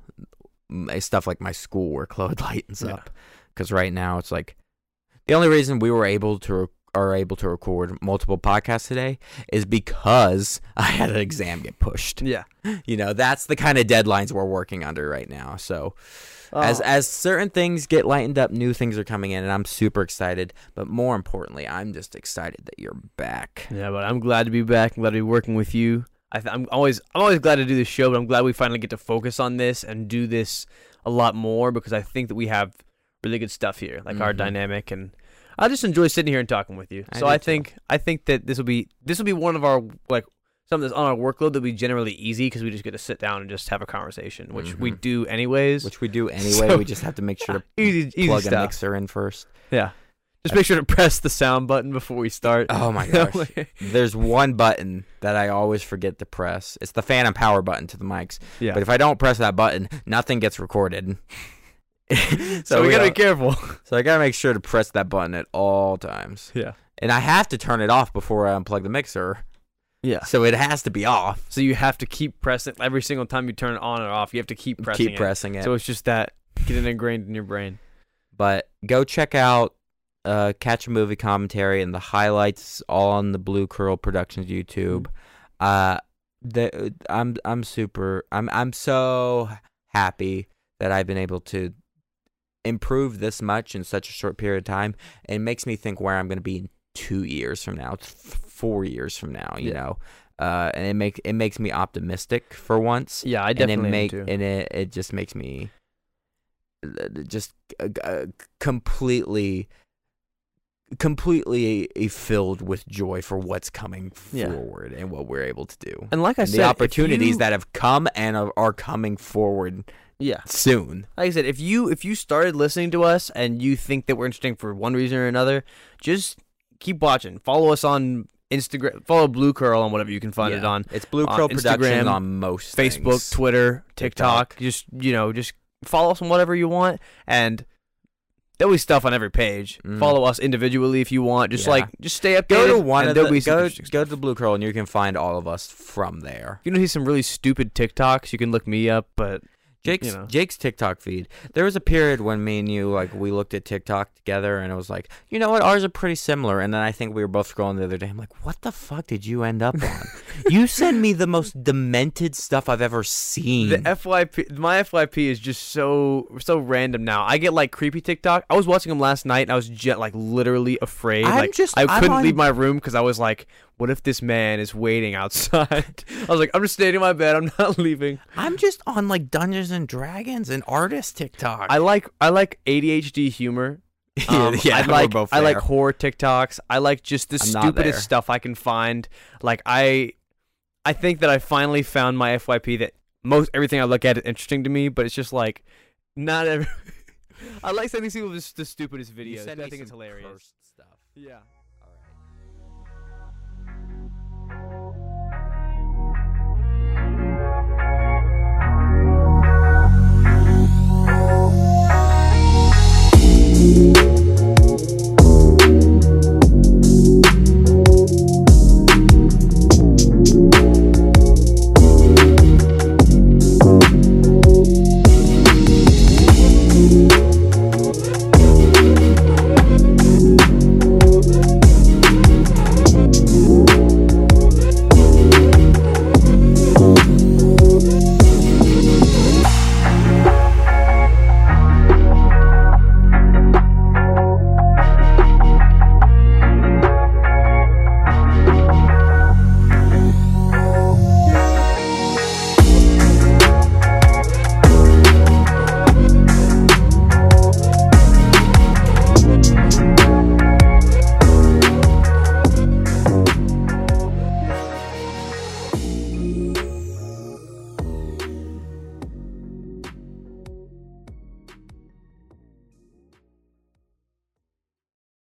my- stuff like my schoolwork load lightens Yeah. up. Because right now it's like the only reason we were able to rec- are able to record multiple podcasts today is because I had an exam get pushed Yeah. you know that's the kind of deadlines we're working under right now so as Oh. as certain things get lightened up new things are coming in and i'm super excited but more importantly i'm just excited that you're back Yeah, but I'm glad to be back. I'm glad to be working with you. I th- I'm always I'm always glad to do this show, but I'm glad we finally get to focus on this and do this a lot more because I think that we have really good stuff here, like our Mhm. dynamic and I just enjoy sitting here and talking with you. I so do I too. think I think that this will be this will be one of our like something that's on our workload that will be generally easy because we just get to sit down and just have a conversation, which we Mhm. do anyways. which we do anyway So- we just have to make sure to easy easy plug a stuff. mixer in first Just make sure to press the sound button before we start. oh my gosh there's one button that i always forget to press it's the phantom power button to the mics yeah. but if i don't press that button nothing gets recorded so, so we, gotta be careful. so i gotta make sure to press that button at all times yeah. and I have to turn it off before I unplug the mixer. Yeah. So it has to be off. So you have to keep pressing every single time you turn it on or off. You have to keep pressing. Keep it. pressing it. So it's just that getting ingrained in your brain. but go check out uh, Catch a Movie Commentary and the highlights all on the Blue Curl Productions YouTube. Uh, the, I'm I'm super I'm I'm so happy that I've been able to improve this much in such a short period of time. It makes me think where I'm going to be in two years from now, th- four years from now. You Yeah. know, uh, and it makes it makes me optimistic for once. Yeah, I and definitely it make am too. and it, it just makes me uh, just uh, uh, completely completely filled with joy for what's coming Yeah. forward and what we're able to do and like I and said, the if opportunities you- that have come and are, are coming forward yeah. soon like I said, if you if you started listening to us and you think that we're interesting for one reason or another, just keep watching. Follow us on Instagram. Follow Blue Curl on whatever you can find it Yeah. on it's blue on crow productions Instagram, on most Facebook, things. Twitter, TikTok. TikTok. Just you know, just follow us on whatever you want, and there'll be stuff on every page. Mm. Follow us individually if you want. Just Yeah. like just stay updated. go to one and of there'll the be some go, interesting stuff. go to the blue curl and you can find all of us from there If you know, see some really stupid TikToks. You can look me up, but Jake's you know. Jake's TikTok feed. There was a period when me and you like we looked at TikTok together, and it was like, you know what, ours are pretty similar. And then I think we were both scrolling the other day. I'm like, what the fuck did you end up on? you send me the most demented stuff I've ever seen. The FYP, my FYP is just so so random now. I get like creepy TikTok. I was watching them last night, and I was jet like literally afraid. I'm like just- I I'm couldn't on- leave my room because I was like, "What if this man is waiting outside?" I was like, "I'm just staying in my bed. I'm not leaving." I'm just on like Dungeons and Dragons and artist TikTok. I like I like ADHD humor. Um, I we're like both I like there. horror TikToks. I like just the I'm not stupidest there. stuff I can find. Like I, I think that I finally found my FYP that most everything I look at is interesting to me, but it's just like not every. I like sending people just the stupidest videos. I think it's hilarious. Yeah.